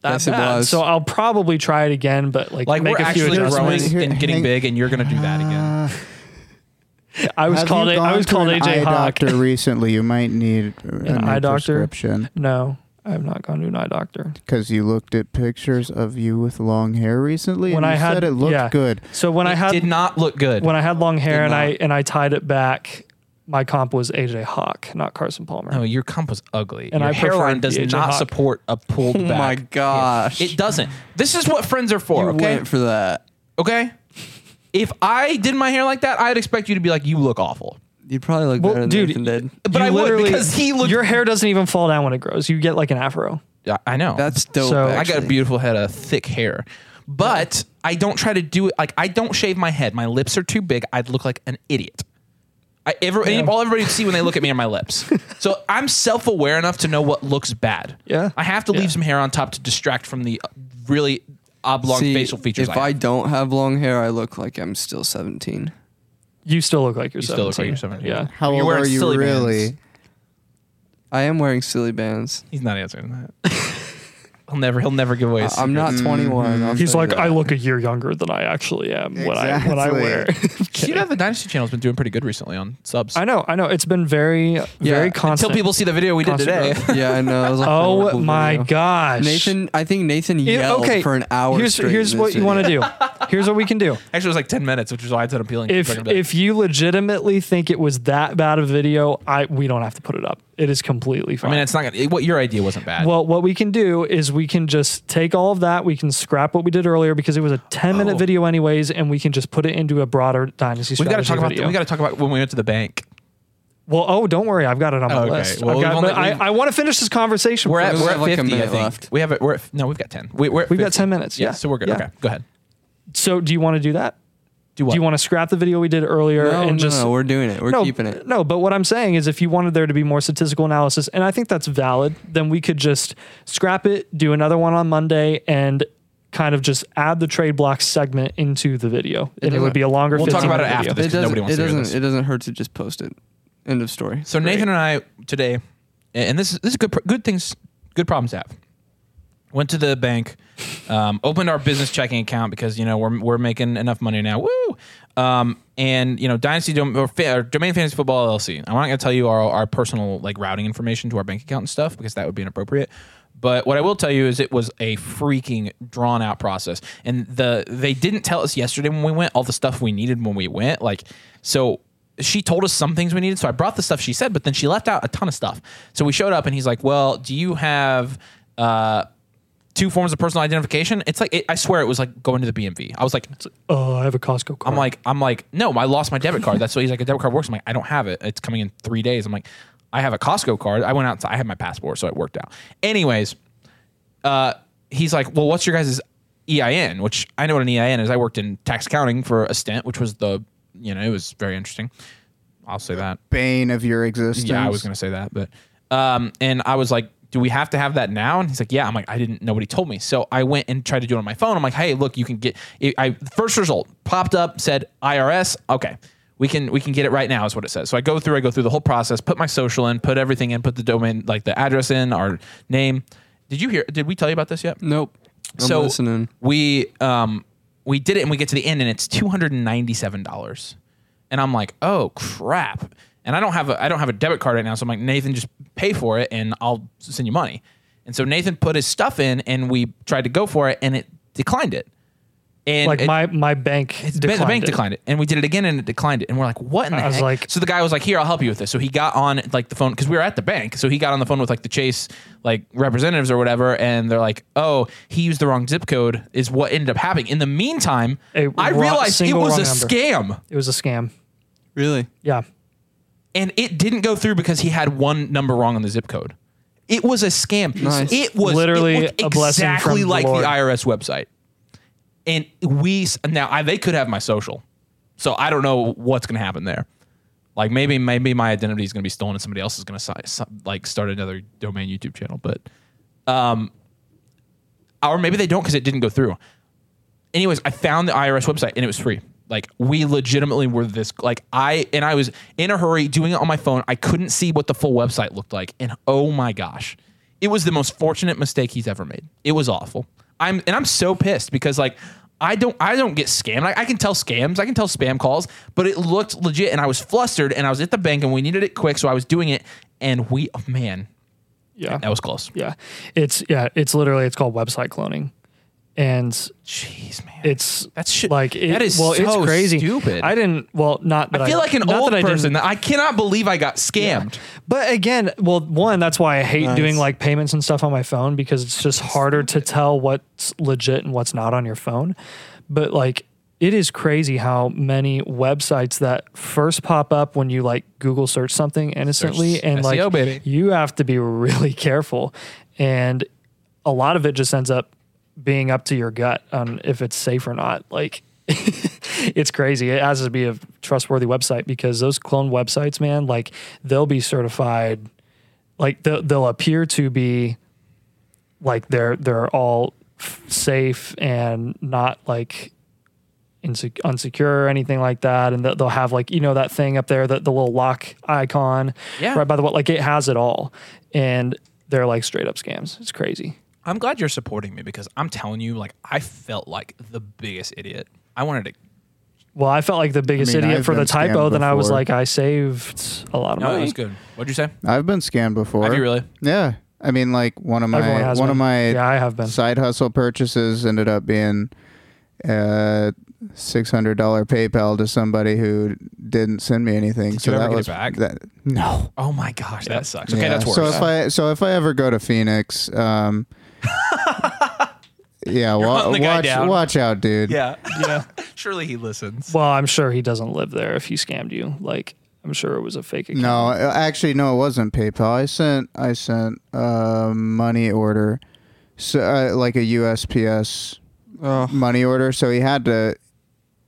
Speaker 2: that
Speaker 4: Yes, it
Speaker 2: bad.
Speaker 4: was.
Speaker 2: So I'll probably try it again, but like,
Speaker 1: like
Speaker 2: make
Speaker 1: we're
Speaker 2: a few
Speaker 1: actually growing
Speaker 2: adjustments.
Speaker 3: Here-
Speaker 1: and getting
Speaker 3: hang- Uh,
Speaker 1: big, and you're gonna do that again.
Speaker 2: [laughs] I was
Speaker 3: Have
Speaker 2: called a,
Speaker 3: you
Speaker 2: I
Speaker 3: gone
Speaker 2: was
Speaker 3: to
Speaker 2: called
Speaker 3: an
Speaker 2: AJ
Speaker 3: eye
Speaker 2: Hawk.
Speaker 3: doctor recently. You might need an
Speaker 2: An eye doctor?
Speaker 3: prescription
Speaker 2: [laughs] No, I have not gone to an eye doctor.
Speaker 3: because you looked at pictures of you with long hair recently.
Speaker 2: When
Speaker 3: and
Speaker 2: I
Speaker 3: you
Speaker 2: had
Speaker 3: said it looked
Speaker 2: yeah.
Speaker 3: good.
Speaker 2: So when I
Speaker 1: It
Speaker 2: had
Speaker 1: did not look good.
Speaker 2: when I had long hair
Speaker 4: Did
Speaker 2: and I
Speaker 4: not.
Speaker 2: and I tied it back, my comp was AJ Hawk, not Carson Palmer.
Speaker 1: No, your comp was ugly.
Speaker 2: And
Speaker 1: your
Speaker 2: I preferred
Speaker 1: hairline does
Speaker 2: the Agent
Speaker 1: not
Speaker 2: Hawk.
Speaker 1: support a pulled
Speaker 4: [laughs] oh
Speaker 1: back.
Speaker 4: my gosh.
Speaker 1: It doesn't. This is what friends are for,
Speaker 4: You
Speaker 1: okay?
Speaker 4: went for that.
Speaker 1: Okay? If I did my hair like that, I'd expect you to be like, you look awful.
Speaker 4: You'd probably look
Speaker 2: Well,
Speaker 4: better
Speaker 2: dude, uh,
Speaker 4: than Nathan did.
Speaker 1: But
Speaker 2: You
Speaker 1: I would
Speaker 2: literally-
Speaker 1: because he looked.
Speaker 2: Your hair doesn't even fall down when it grows. You get like an afro.
Speaker 1: I- I know.
Speaker 4: That's dope.
Speaker 2: So-
Speaker 1: I
Speaker 4: actually.
Speaker 1: got a beautiful head of thick hair. But I don't try to do it. Like, I don't shave my head. My lips are too big. I'd look like an idiot. I, every, All everybody would see when they look at me are my
Speaker 4: [laughs]
Speaker 1: lips. So I'm self aware enough to know what looks bad.
Speaker 2: Yeah.
Speaker 1: I have to
Speaker 2: Yeah.
Speaker 1: leave some hair on top to distract from the uh, really oblong
Speaker 4: See,
Speaker 1: facial features.
Speaker 4: If
Speaker 1: I
Speaker 4: I,
Speaker 1: have.
Speaker 4: don't have long hair, I look like I'm still 17.
Speaker 2: You still look like you're
Speaker 1: still look like you're 17.
Speaker 2: Yeah.
Speaker 3: How
Speaker 1: You're
Speaker 3: old
Speaker 1: wearing
Speaker 3: are you
Speaker 1: silly bands.
Speaker 3: really?
Speaker 4: I am wearing silly bands.
Speaker 1: He's not answering
Speaker 4: [laughs]
Speaker 1: that. he'll never. He'll never give away.
Speaker 4: I-
Speaker 1: His
Speaker 4: I'm not 21. I'll
Speaker 2: He's
Speaker 4: tell you
Speaker 2: like,
Speaker 4: that.
Speaker 2: I look a year younger than I actually am when I when I
Speaker 3: Exactly.
Speaker 2: wear. [laughs]
Speaker 1: secret. You know the Dynasty Channel's been doing pretty good recently on subs.
Speaker 2: I know, I know. It's been very, very constant.
Speaker 1: Until people see the video we did
Speaker 2: Constant
Speaker 1: today. [laughs]
Speaker 2: growth.
Speaker 4: Yeah, I know. It was a
Speaker 2: oh
Speaker 4: horrible
Speaker 2: my
Speaker 4: video.
Speaker 2: gosh,
Speaker 4: Nathan, I think Nathan
Speaker 2: Yeah,
Speaker 4: yelled
Speaker 2: okay,
Speaker 4: for an hour.
Speaker 2: Here's
Speaker 4: straight
Speaker 2: here's
Speaker 4: in
Speaker 2: what
Speaker 4: this
Speaker 2: you want to
Speaker 4: video.
Speaker 2: do. Here's what we can do.
Speaker 1: Actually, it was like ten minutes, which is why it's unappealing.
Speaker 2: If if you legitimately think it was that bad of a video, I we don't have to put it up. It is completely
Speaker 1: I
Speaker 2: fine.
Speaker 1: mean, it's not. Gonna, it- what your idea wasn't bad.
Speaker 2: well, what we can do is we can just take all of that. We can scrap what we did earlier because it was a 10 minute
Speaker 1: Oh.
Speaker 2: video, anyways, and we can just put it into a broader dynasty
Speaker 1: we got to
Speaker 2: strategy
Speaker 1: talk about.
Speaker 2: video.
Speaker 1: We got to talk about when we went to the bank.
Speaker 2: Well, oh, don't worry, I've got it on my
Speaker 1: Okay,
Speaker 2: list.
Speaker 1: well,
Speaker 2: I've got,
Speaker 1: we've only-
Speaker 2: but I, I want to finish this conversation.
Speaker 1: We're at
Speaker 2: first.
Speaker 1: we're
Speaker 4: have
Speaker 1: at
Speaker 4: like a
Speaker 1: fifty. I
Speaker 4: minute
Speaker 1: think
Speaker 4: left.
Speaker 1: we have it. We're at, no, we've got ten. We, we're at
Speaker 2: We've got
Speaker 1: 50.
Speaker 2: 10 minutes,
Speaker 1: Yeah,
Speaker 2: yeah.
Speaker 1: so we're good.
Speaker 2: Yeah.
Speaker 1: Okay, go ahead.
Speaker 2: so, do you want to do that?
Speaker 1: Do what?
Speaker 2: Do you want to scrap the video we did earlier
Speaker 4: No,
Speaker 2: and
Speaker 4: no,
Speaker 2: just
Speaker 4: no, we're doing it. We're
Speaker 2: no,
Speaker 4: keeping it.
Speaker 2: No, but what I'm saying is if you wanted there to be more statistical analysis, and I think that's valid, then we could just scrap it, do another one on Monday, and kind of just add the trade block segment into the video. and it
Speaker 4: doesn't-
Speaker 2: would be a longer
Speaker 1: We'll
Speaker 2: 15
Speaker 1: talk about it
Speaker 2: minute
Speaker 1: after
Speaker 2: video.
Speaker 1: this
Speaker 4: It
Speaker 1: 'cause
Speaker 4: doesn't.
Speaker 1: nobody wants
Speaker 4: It
Speaker 1: to hear
Speaker 4: doesn't.
Speaker 1: this.
Speaker 4: It doesn't hurt to just post it. End of story.
Speaker 1: So Nathan and I today, and this is this is good good things good problems to have. Went to the bank, um, opened our business checking account because you know we're we're making enough money now. Woo! Um, and you know Dynasty Dom- or, Fa- or Domain Fantasy Football LLC. I'm not going to tell you our our personal like routing information to our bank account and stuff because that would be inappropriate. But what I will tell you is it was a freaking drawn out process, and the they didn't tell us yesterday when we went all the stuff we needed when we went. Like so, she told us some things we needed. So I brought the stuff she said, but then she left out a ton of stuff. So we showed up and he's like, Well, do you have uh two forms of personal identification. It's like it, I swear it was like going to the BMV. I was like,
Speaker 2: Oh, I have a Costco card.
Speaker 1: I'm like, I'm like, no, I lost my debit card. That's what he's like. A debit card works. I'm like, I don't have it. It's coming in three days. I'm like, I have a Costco card. I went out. I had my passport, so it worked out. Anyways, uh, he's like, well, what's your guys' EIN? Which I know what an EIN is. I worked in tax accounting for a stint, which was the, you know, it was very interesting. I'll say that.
Speaker 3: Bane of your existence.
Speaker 1: Yeah, I was gonna say that, but um, and I was like, "Do we have to have that now?" And he's like, "Yeah." I'm like, "I didn't. Nobody told me." So I went and tried to do it on my phone. I'm like, "Hey, look, you can get." It, I first result popped up said IRS. Okay, we can we can get it right now is what it says. So I go through. I go through the whole process. Put my social in. Put everything in. Put the domain like the address in. Our name. Did you hear? Did we tell you about this yet?
Speaker 4: Nope. I'm
Speaker 1: so
Speaker 4: listening.
Speaker 1: we um we did it and we get to the end and it's two hundred and ninety seven dollars, and I'm like, oh crap, and I don't have a I don't have a debit card right now, so I'm like Nathan, just pay for it and I'll send you money, and so Nathan put his stuff in and we tried to go for it and it declined it, and
Speaker 2: like
Speaker 1: it-
Speaker 2: my my [sighs] bank
Speaker 1: it's-
Speaker 2: declined
Speaker 1: the bank
Speaker 2: it.
Speaker 1: declined it, and we did it again, and it declined it, and we're like, "What in the
Speaker 2: I was
Speaker 1: heck?"
Speaker 2: like-
Speaker 1: so the guy was like, "Here, I'll help you with this." So he got on like the phone because we were at the bank, so he got on the phone with like the Chase like representatives or whatever, and they're like, "Oh, he used the wrong zip code," is what ended up happening. In the meantime,
Speaker 2: A
Speaker 1: I
Speaker 2: wrong-
Speaker 1: realized it
Speaker 2: single
Speaker 1: was a
Speaker 2: wrong number.
Speaker 1: scam,
Speaker 2: It was a scam.
Speaker 4: Really?
Speaker 2: Yeah.
Speaker 1: and it didn't go through because he had one number wrong on the zip code. It was a scam.
Speaker 4: Nice.
Speaker 1: It was
Speaker 2: Literally
Speaker 1: it looked
Speaker 2: a blessing from
Speaker 1: exactly
Speaker 2: the
Speaker 1: like
Speaker 2: Lord.
Speaker 1: the IRS website, and we s- now I, they could have my social, so I don't know what's going to happen there. Like maybe maybe my identity is going to be stolen and somebody else is going to like start another domain YouTube channel, but um, or maybe they don't because it didn't go through. Anyways, I found the IRS website and it was free. Like we legitimately were this like I and I was in a hurry doing it on my phone. I couldn't see what the full website looked like, and oh my gosh, it was the most fortunate mistake he's ever made. It was awful. I'm and I'm so pissed because like I don't I don't get scammed. Like I can tell scams, I can tell spam calls, but it looked legit, and I was flustered, and I was at the bank, and we needed it quick, so I was doing it, and we oh, man,
Speaker 2: Yeah.
Speaker 1: that was close.
Speaker 2: Yeah. It's yeah, it's literally it's called website cloning. And
Speaker 1: Jeez, man,
Speaker 2: it's
Speaker 1: That's shit-
Speaker 2: like it,
Speaker 1: that is
Speaker 2: well
Speaker 1: so
Speaker 2: it's crazy
Speaker 1: stupid.
Speaker 2: i didn't well not that
Speaker 1: I feel like an
Speaker 2: not
Speaker 1: old
Speaker 2: that I didn't-
Speaker 1: person. I cannot believe I got scammed.
Speaker 2: but again well one that's why i hate
Speaker 4: Nice.
Speaker 2: doing like payments and stuff on my phone because it's just harder to tell what's legit and what's not on your phone but like it is crazy how many websites that first pop up when you like google search something innocently and like
Speaker 1: SEO, baby.
Speaker 2: you have to be really [laughs] careful and a lot of it just ends up being up to your gut on if it's safe or not like [laughs] it's crazy it has to be a trustworthy website because those clone websites man like they'll be certified like they'll, they'll appear to be like they're they're all f- safe and not like insec- unsecure or anything like that and they'll- they'll have like you know that thing up there that the little lock icon
Speaker 1: Yeah.
Speaker 2: right by the wall like it has it all and they're like straight up scams it's crazy
Speaker 1: I'm glad you're supporting me because I'm telling you, like, I felt like the biggest idiot. I wanted to.
Speaker 2: well i felt like the biggest
Speaker 3: mean,
Speaker 2: idiot
Speaker 3: I've
Speaker 2: for the
Speaker 3: been scammed
Speaker 2: typo then i was
Speaker 3: before.
Speaker 2: like i saved a lot of
Speaker 1: No, it
Speaker 2: money
Speaker 1: was good. What'd you say?
Speaker 3: I've been scammed before.
Speaker 1: Have you really?
Speaker 3: Yeah. I mean, like one of my
Speaker 2: Everyone
Speaker 3: one
Speaker 2: has
Speaker 3: of
Speaker 2: been.
Speaker 3: my
Speaker 2: yeah i have been
Speaker 3: side hustle purchases ended up being a six hundred dollar PayPal to somebody who didn't send me anything. so
Speaker 1: you ever
Speaker 3: that
Speaker 1: get it
Speaker 3: was
Speaker 1: back?
Speaker 3: that. No.
Speaker 1: Oh my gosh, that sucks. Okay,
Speaker 3: Yeah.
Speaker 1: that's worse.
Speaker 3: So if I so if I ever go to Phoenix,
Speaker 1: [laughs]
Speaker 3: um, yeah, wa-
Speaker 1: hunting the guy
Speaker 3: watch
Speaker 1: down.
Speaker 3: watch out, dude.
Speaker 1: yeah, [laughs] yeah. Surely he listens.
Speaker 2: well i'm sure he doesn't live there if he scammed you like i'm sure it was a fake account
Speaker 3: No, uh, actually, no, it wasn't PayPal. I sent I sent a money order, so uh, like a USPS
Speaker 4: Oh,
Speaker 3: money order. So he had to.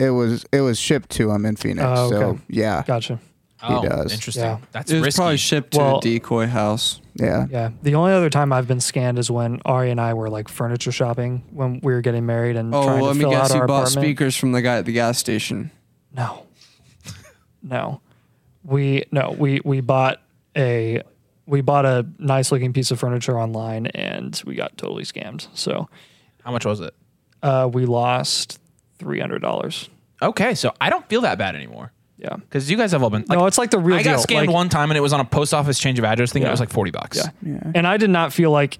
Speaker 3: It was it was shipped to him in Phoenix.
Speaker 2: Oh,
Speaker 3: So
Speaker 2: okay.
Speaker 3: yeah,
Speaker 2: gotcha
Speaker 1: Oh,
Speaker 3: does.
Speaker 1: Interesting.
Speaker 2: Yeah.
Speaker 1: That's
Speaker 4: it was
Speaker 1: risky.
Speaker 4: probably shipped to
Speaker 2: Well-
Speaker 4: a decoy house.
Speaker 3: yeah.
Speaker 2: Yeah. The only other time I've been scanned is when Ari and I were like furniture shopping when we were getting married and
Speaker 4: Oh,
Speaker 2: trying
Speaker 4: let
Speaker 2: to
Speaker 4: me
Speaker 2: fill out
Speaker 4: guess. You
Speaker 2: our
Speaker 4: bought
Speaker 2: apartment.
Speaker 4: speakers from the guy at the gas station.
Speaker 2: No. No. We no, we we bought a we bought a nice looking piece of furniture online and we got totally scammed. So,
Speaker 1: How much was it?
Speaker 2: uh we lost $300.
Speaker 1: Okay, so I don't feel that bad anymore
Speaker 2: Yeah.
Speaker 1: because you guys have all been. Like,
Speaker 2: no, it's like the real
Speaker 1: I got
Speaker 2: deal.
Speaker 1: scammed
Speaker 2: Like,
Speaker 1: one time and it was on a post office change of address thing. And
Speaker 2: Yeah.
Speaker 1: it was like forty bucks.
Speaker 2: Yeah. And I did not feel like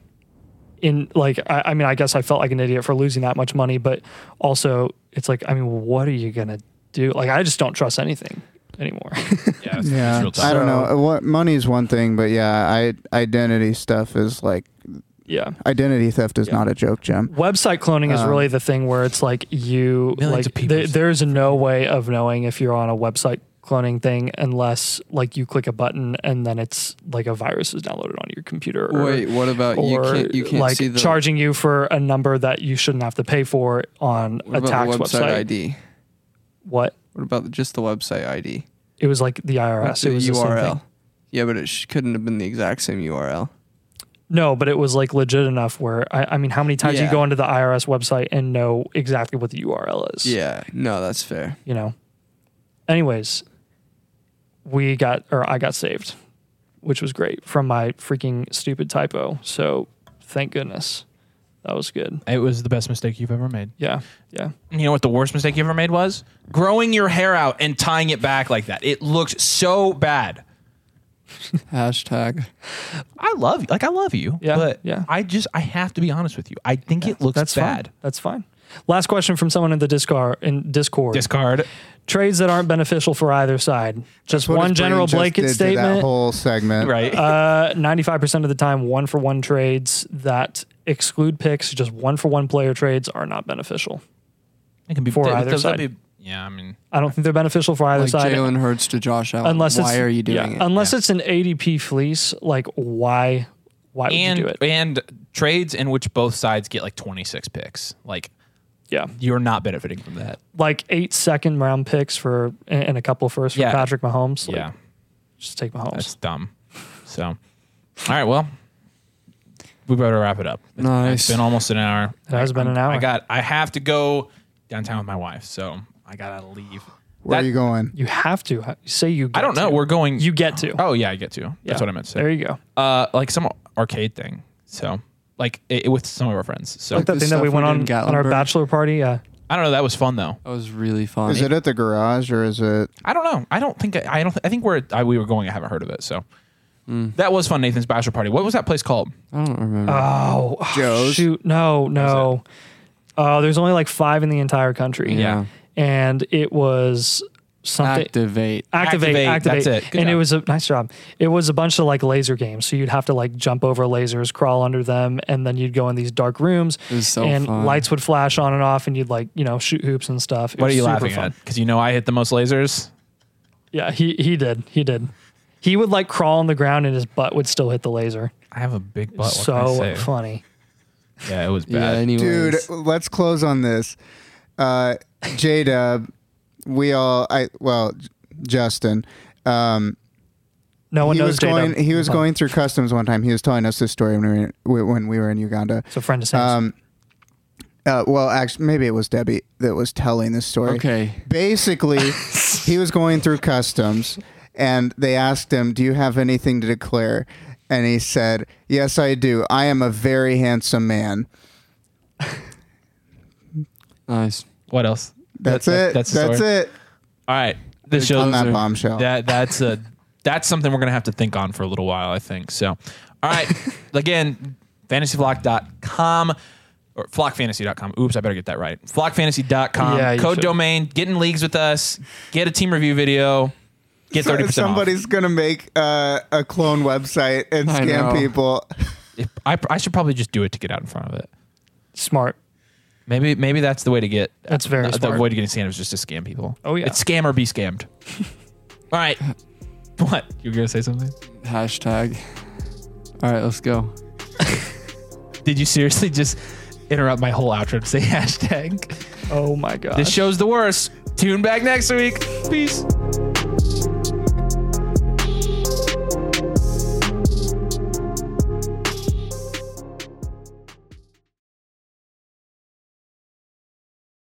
Speaker 2: in like I, I mean I guess I felt like an idiot for losing that much money, but also it's like I mean what are you gonna do? Like I just don't trust anything anymore. [laughs]
Speaker 1: yeah. That's, That's
Speaker 3: Yeah,
Speaker 1: real
Speaker 3: I
Speaker 1: tough.
Speaker 2: So-
Speaker 3: don't know. Uh, What money's one thing, but yeah, I identity stuff is like
Speaker 2: yeah.
Speaker 3: Identity theft is not a joke, Jim.
Speaker 2: Website cloning
Speaker 4: Um,
Speaker 2: is really the thing where it's like you
Speaker 1: Millions
Speaker 2: like
Speaker 1: of people.
Speaker 2: there- there's no way of knowing if you're on a website cloning thing unless like you click a button and then it's like a virus is downloaded onto your computer. Or,
Speaker 4: Wait, what about you
Speaker 2: or,
Speaker 4: can't you can't
Speaker 2: like
Speaker 4: see the
Speaker 2: charging you for a number that you shouldn't have to pay for on
Speaker 4: what
Speaker 2: a
Speaker 4: about
Speaker 2: tax
Speaker 4: the website,
Speaker 2: website.
Speaker 4: ID?
Speaker 2: What?
Speaker 4: What about just the website ID?
Speaker 2: It was like the IRS.
Speaker 4: the
Speaker 2: it was the same thing.
Speaker 4: URL. Yeah, but it sh- couldn't have been the exact same URL.
Speaker 2: No, but it was like legit enough where I, I mean, how many times
Speaker 4: Yeah.
Speaker 2: you go onto the IRS website and know exactly what the URL is?
Speaker 4: Yeah, no, that's fair.
Speaker 2: You know. Anyways, we got or I got saved, which was great from my freaking stupid typo. So thank goodness, that was good.
Speaker 1: It was the best mistake you've ever made.
Speaker 2: Yeah, yeah.
Speaker 1: You know what the worst mistake you ever made was? Growing your hair out and tying it back like that. It looked so bad.
Speaker 4: Hashtag.
Speaker 1: I love you. Like I love you.
Speaker 2: Yeah,
Speaker 1: But
Speaker 2: yeah.
Speaker 1: I just I have to be honest with you. I think it looks
Speaker 2: That's
Speaker 1: bad.
Speaker 2: Fine. That's fine. Last question from someone in the Discord in Discord.
Speaker 1: Discard.
Speaker 2: Trades that aren't beneficial for either side. Just
Speaker 3: What
Speaker 2: one
Speaker 3: his brain
Speaker 2: general
Speaker 3: just
Speaker 2: blanket
Speaker 3: did to
Speaker 2: statement.
Speaker 3: That whole segment.
Speaker 1: Right.
Speaker 2: Uh, 95% of the time, one for one trades that exclude picks, just one for one player trades are not beneficial.
Speaker 1: it can be
Speaker 2: for
Speaker 1: that-
Speaker 2: either
Speaker 1: that'd
Speaker 2: side.
Speaker 1: be- yeah, I mean
Speaker 2: I don't think they're beneficial for either
Speaker 4: Like
Speaker 2: side.
Speaker 4: Jalen Hurts to Josh Allen.
Speaker 2: unless
Speaker 4: why
Speaker 2: it's,
Speaker 4: are you doing
Speaker 2: yeah,
Speaker 4: it?
Speaker 2: Unless
Speaker 1: Yeah.
Speaker 2: it's an ADP fleece, like why why would
Speaker 1: and
Speaker 2: you do it?
Speaker 1: and trades in which both sides get like 26 picks. Like
Speaker 2: Yeah.
Speaker 1: you're not benefiting from that.
Speaker 2: Like eight second round picks for and and a couple first for
Speaker 1: Yeah.
Speaker 2: Patrick Mahomes. Like,
Speaker 1: yeah.
Speaker 2: Just take
Speaker 1: That's
Speaker 2: Mahomes.
Speaker 1: dumb. So, all right. Well, we better wrap it up. It's-
Speaker 4: Nice.
Speaker 1: It's been almost an hour.
Speaker 2: It has
Speaker 1: I-
Speaker 2: been an
Speaker 1: I'm- I
Speaker 2: hour.
Speaker 1: got. I have to go downtown with my wife, so I gotta leave.
Speaker 3: Where
Speaker 1: That-
Speaker 3: are you going?
Speaker 2: You have to ha- say you get
Speaker 1: I don't know.
Speaker 2: to.
Speaker 1: We're going.
Speaker 2: you get to.
Speaker 1: Oh yeah, I get to. That's
Speaker 2: Yeah.
Speaker 1: what I meant to
Speaker 2: There
Speaker 1: say.
Speaker 2: you go.
Speaker 1: Uh, like some arcade thing. So like it, with some of our friends. So
Speaker 2: Like that
Speaker 4: the
Speaker 2: thing that we
Speaker 4: stuff we
Speaker 2: went
Speaker 4: did
Speaker 2: on
Speaker 4: in
Speaker 2: on our
Speaker 4: Gatlinburg.
Speaker 2: bachelor party. Uh,
Speaker 1: I don't know. That was fun though.
Speaker 4: that was really fun.
Speaker 3: Is it at the garage or is it?
Speaker 1: I don't know. I don't think. I don't. I think we're. I, we were going. I haven't heard of it. So
Speaker 3: Mm.
Speaker 1: that was fun. Nathan's bachelor party. What was that place called?
Speaker 4: I don't remember.
Speaker 2: Oh, oh,
Speaker 3: Joe's?
Speaker 2: Shoot, no, no. Oh, there's only like five in the entire country.
Speaker 4: Yeah.
Speaker 2: and it was something.
Speaker 4: Activate.
Speaker 2: Activate,
Speaker 1: Activate,
Speaker 2: activate,
Speaker 1: that's it. Good
Speaker 2: and it
Speaker 1: job.
Speaker 2: was a nice job. It was a bunch of like laser games, so you'd have to like jump over lasers, crawl under them, and then you'd go in these dark rooms,
Speaker 4: It was so
Speaker 2: and
Speaker 4: fun.
Speaker 2: lights would flash on and off, and you'd like you know shoot hoops and stuff. It
Speaker 1: What are
Speaker 2: was
Speaker 1: you
Speaker 2: super
Speaker 1: laughing
Speaker 2: fun.
Speaker 1: at? Because you know I hit the most lasers.
Speaker 2: Yeah, he he did, he did. He would like crawl on the ground, and his butt would still hit the laser.
Speaker 1: I have a big butt. What can I
Speaker 2: so
Speaker 1: say?
Speaker 2: funny.
Speaker 1: Yeah, it was
Speaker 4: Yeah,
Speaker 1: bad.
Speaker 4: anyways.
Speaker 3: Dude, let's close on this. Uh, J Dub, we all, I well, J- Justin. Um,
Speaker 2: No one
Speaker 3: he
Speaker 2: knows
Speaker 3: was
Speaker 2: J-Dub.
Speaker 3: going. He was
Speaker 2: Huh.
Speaker 1: Uh-huh.
Speaker 3: going through customs one time. He was telling us this story when we were, when we were in Uganda.
Speaker 2: It's a friend of Sam's.
Speaker 3: Um, uh, well, actually, maybe it was Debbie that was telling this story.
Speaker 4: Okay.
Speaker 1: [laughs]
Speaker 3: Basically, he was going through customs, and they asked him, "Do you have anything to declare?" And he said, "Yes, I do. I am a very handsome man."
Speaker 4: Nice.
Speaker 1: What else?
Speaker 3: That's
Speaker 1: That- that-
Speaker 3: it.
Speaker 1: That's,
Speaker 3: That's,
Speaker 1: the story.
Speaker 3: it.
Speaker 1: All right. This
Speaker 3: On
Speaker 1: shows
Speaker 3: that
Speaker 4: are-
Speaker 2: Oh.
Speaker 3: bombshell.
Speaker 1: that that's a that's something we're gonna have to think on for a little while, I think. So, all
Speaker 2: [laughs]
Speaker 1: right. Again, fantasyflock.com or flockfantasy.com. Oops, I better get that right. Flockfantasy.com.
Speaker 2: Yeah, you
Speaker 1: code
Speaker 2: should.
Speaker 1: domain. Get in leagues with us. Get a team review video. Get thirty percent off.
Speaker 3: Somebody's gonna make uh, a clone website and
Speaker 4: I
Speaker 3: scam
Speaker 4: know.
Speaker 3: people.
Speaker 1: If- I, I should probably just do it to get out in front of it.
Speaker 2: Smart.
Speaker 1: Maybe maybe that's the way to get.
Speaker 2: That's very
Speaker 1: the, the
Speaker 2: smart.
Speaker 1: way to get scammed is just to scam people.
Speaker 2: Oh, yeah.
Speaker 1: it's scam or be
Speaker 2: [laughs]
Speaker 1: scammed. All right. What you were gonna say something?
Speaker 4: Hashtag. All right, let's go.
Speaker 1: Did you seriously just interrupt my whole outro to say [laughs] hashtag?
Speaker 2: Oh my god.
Speaker 1: This show's the worst. Tune back next week. Peace.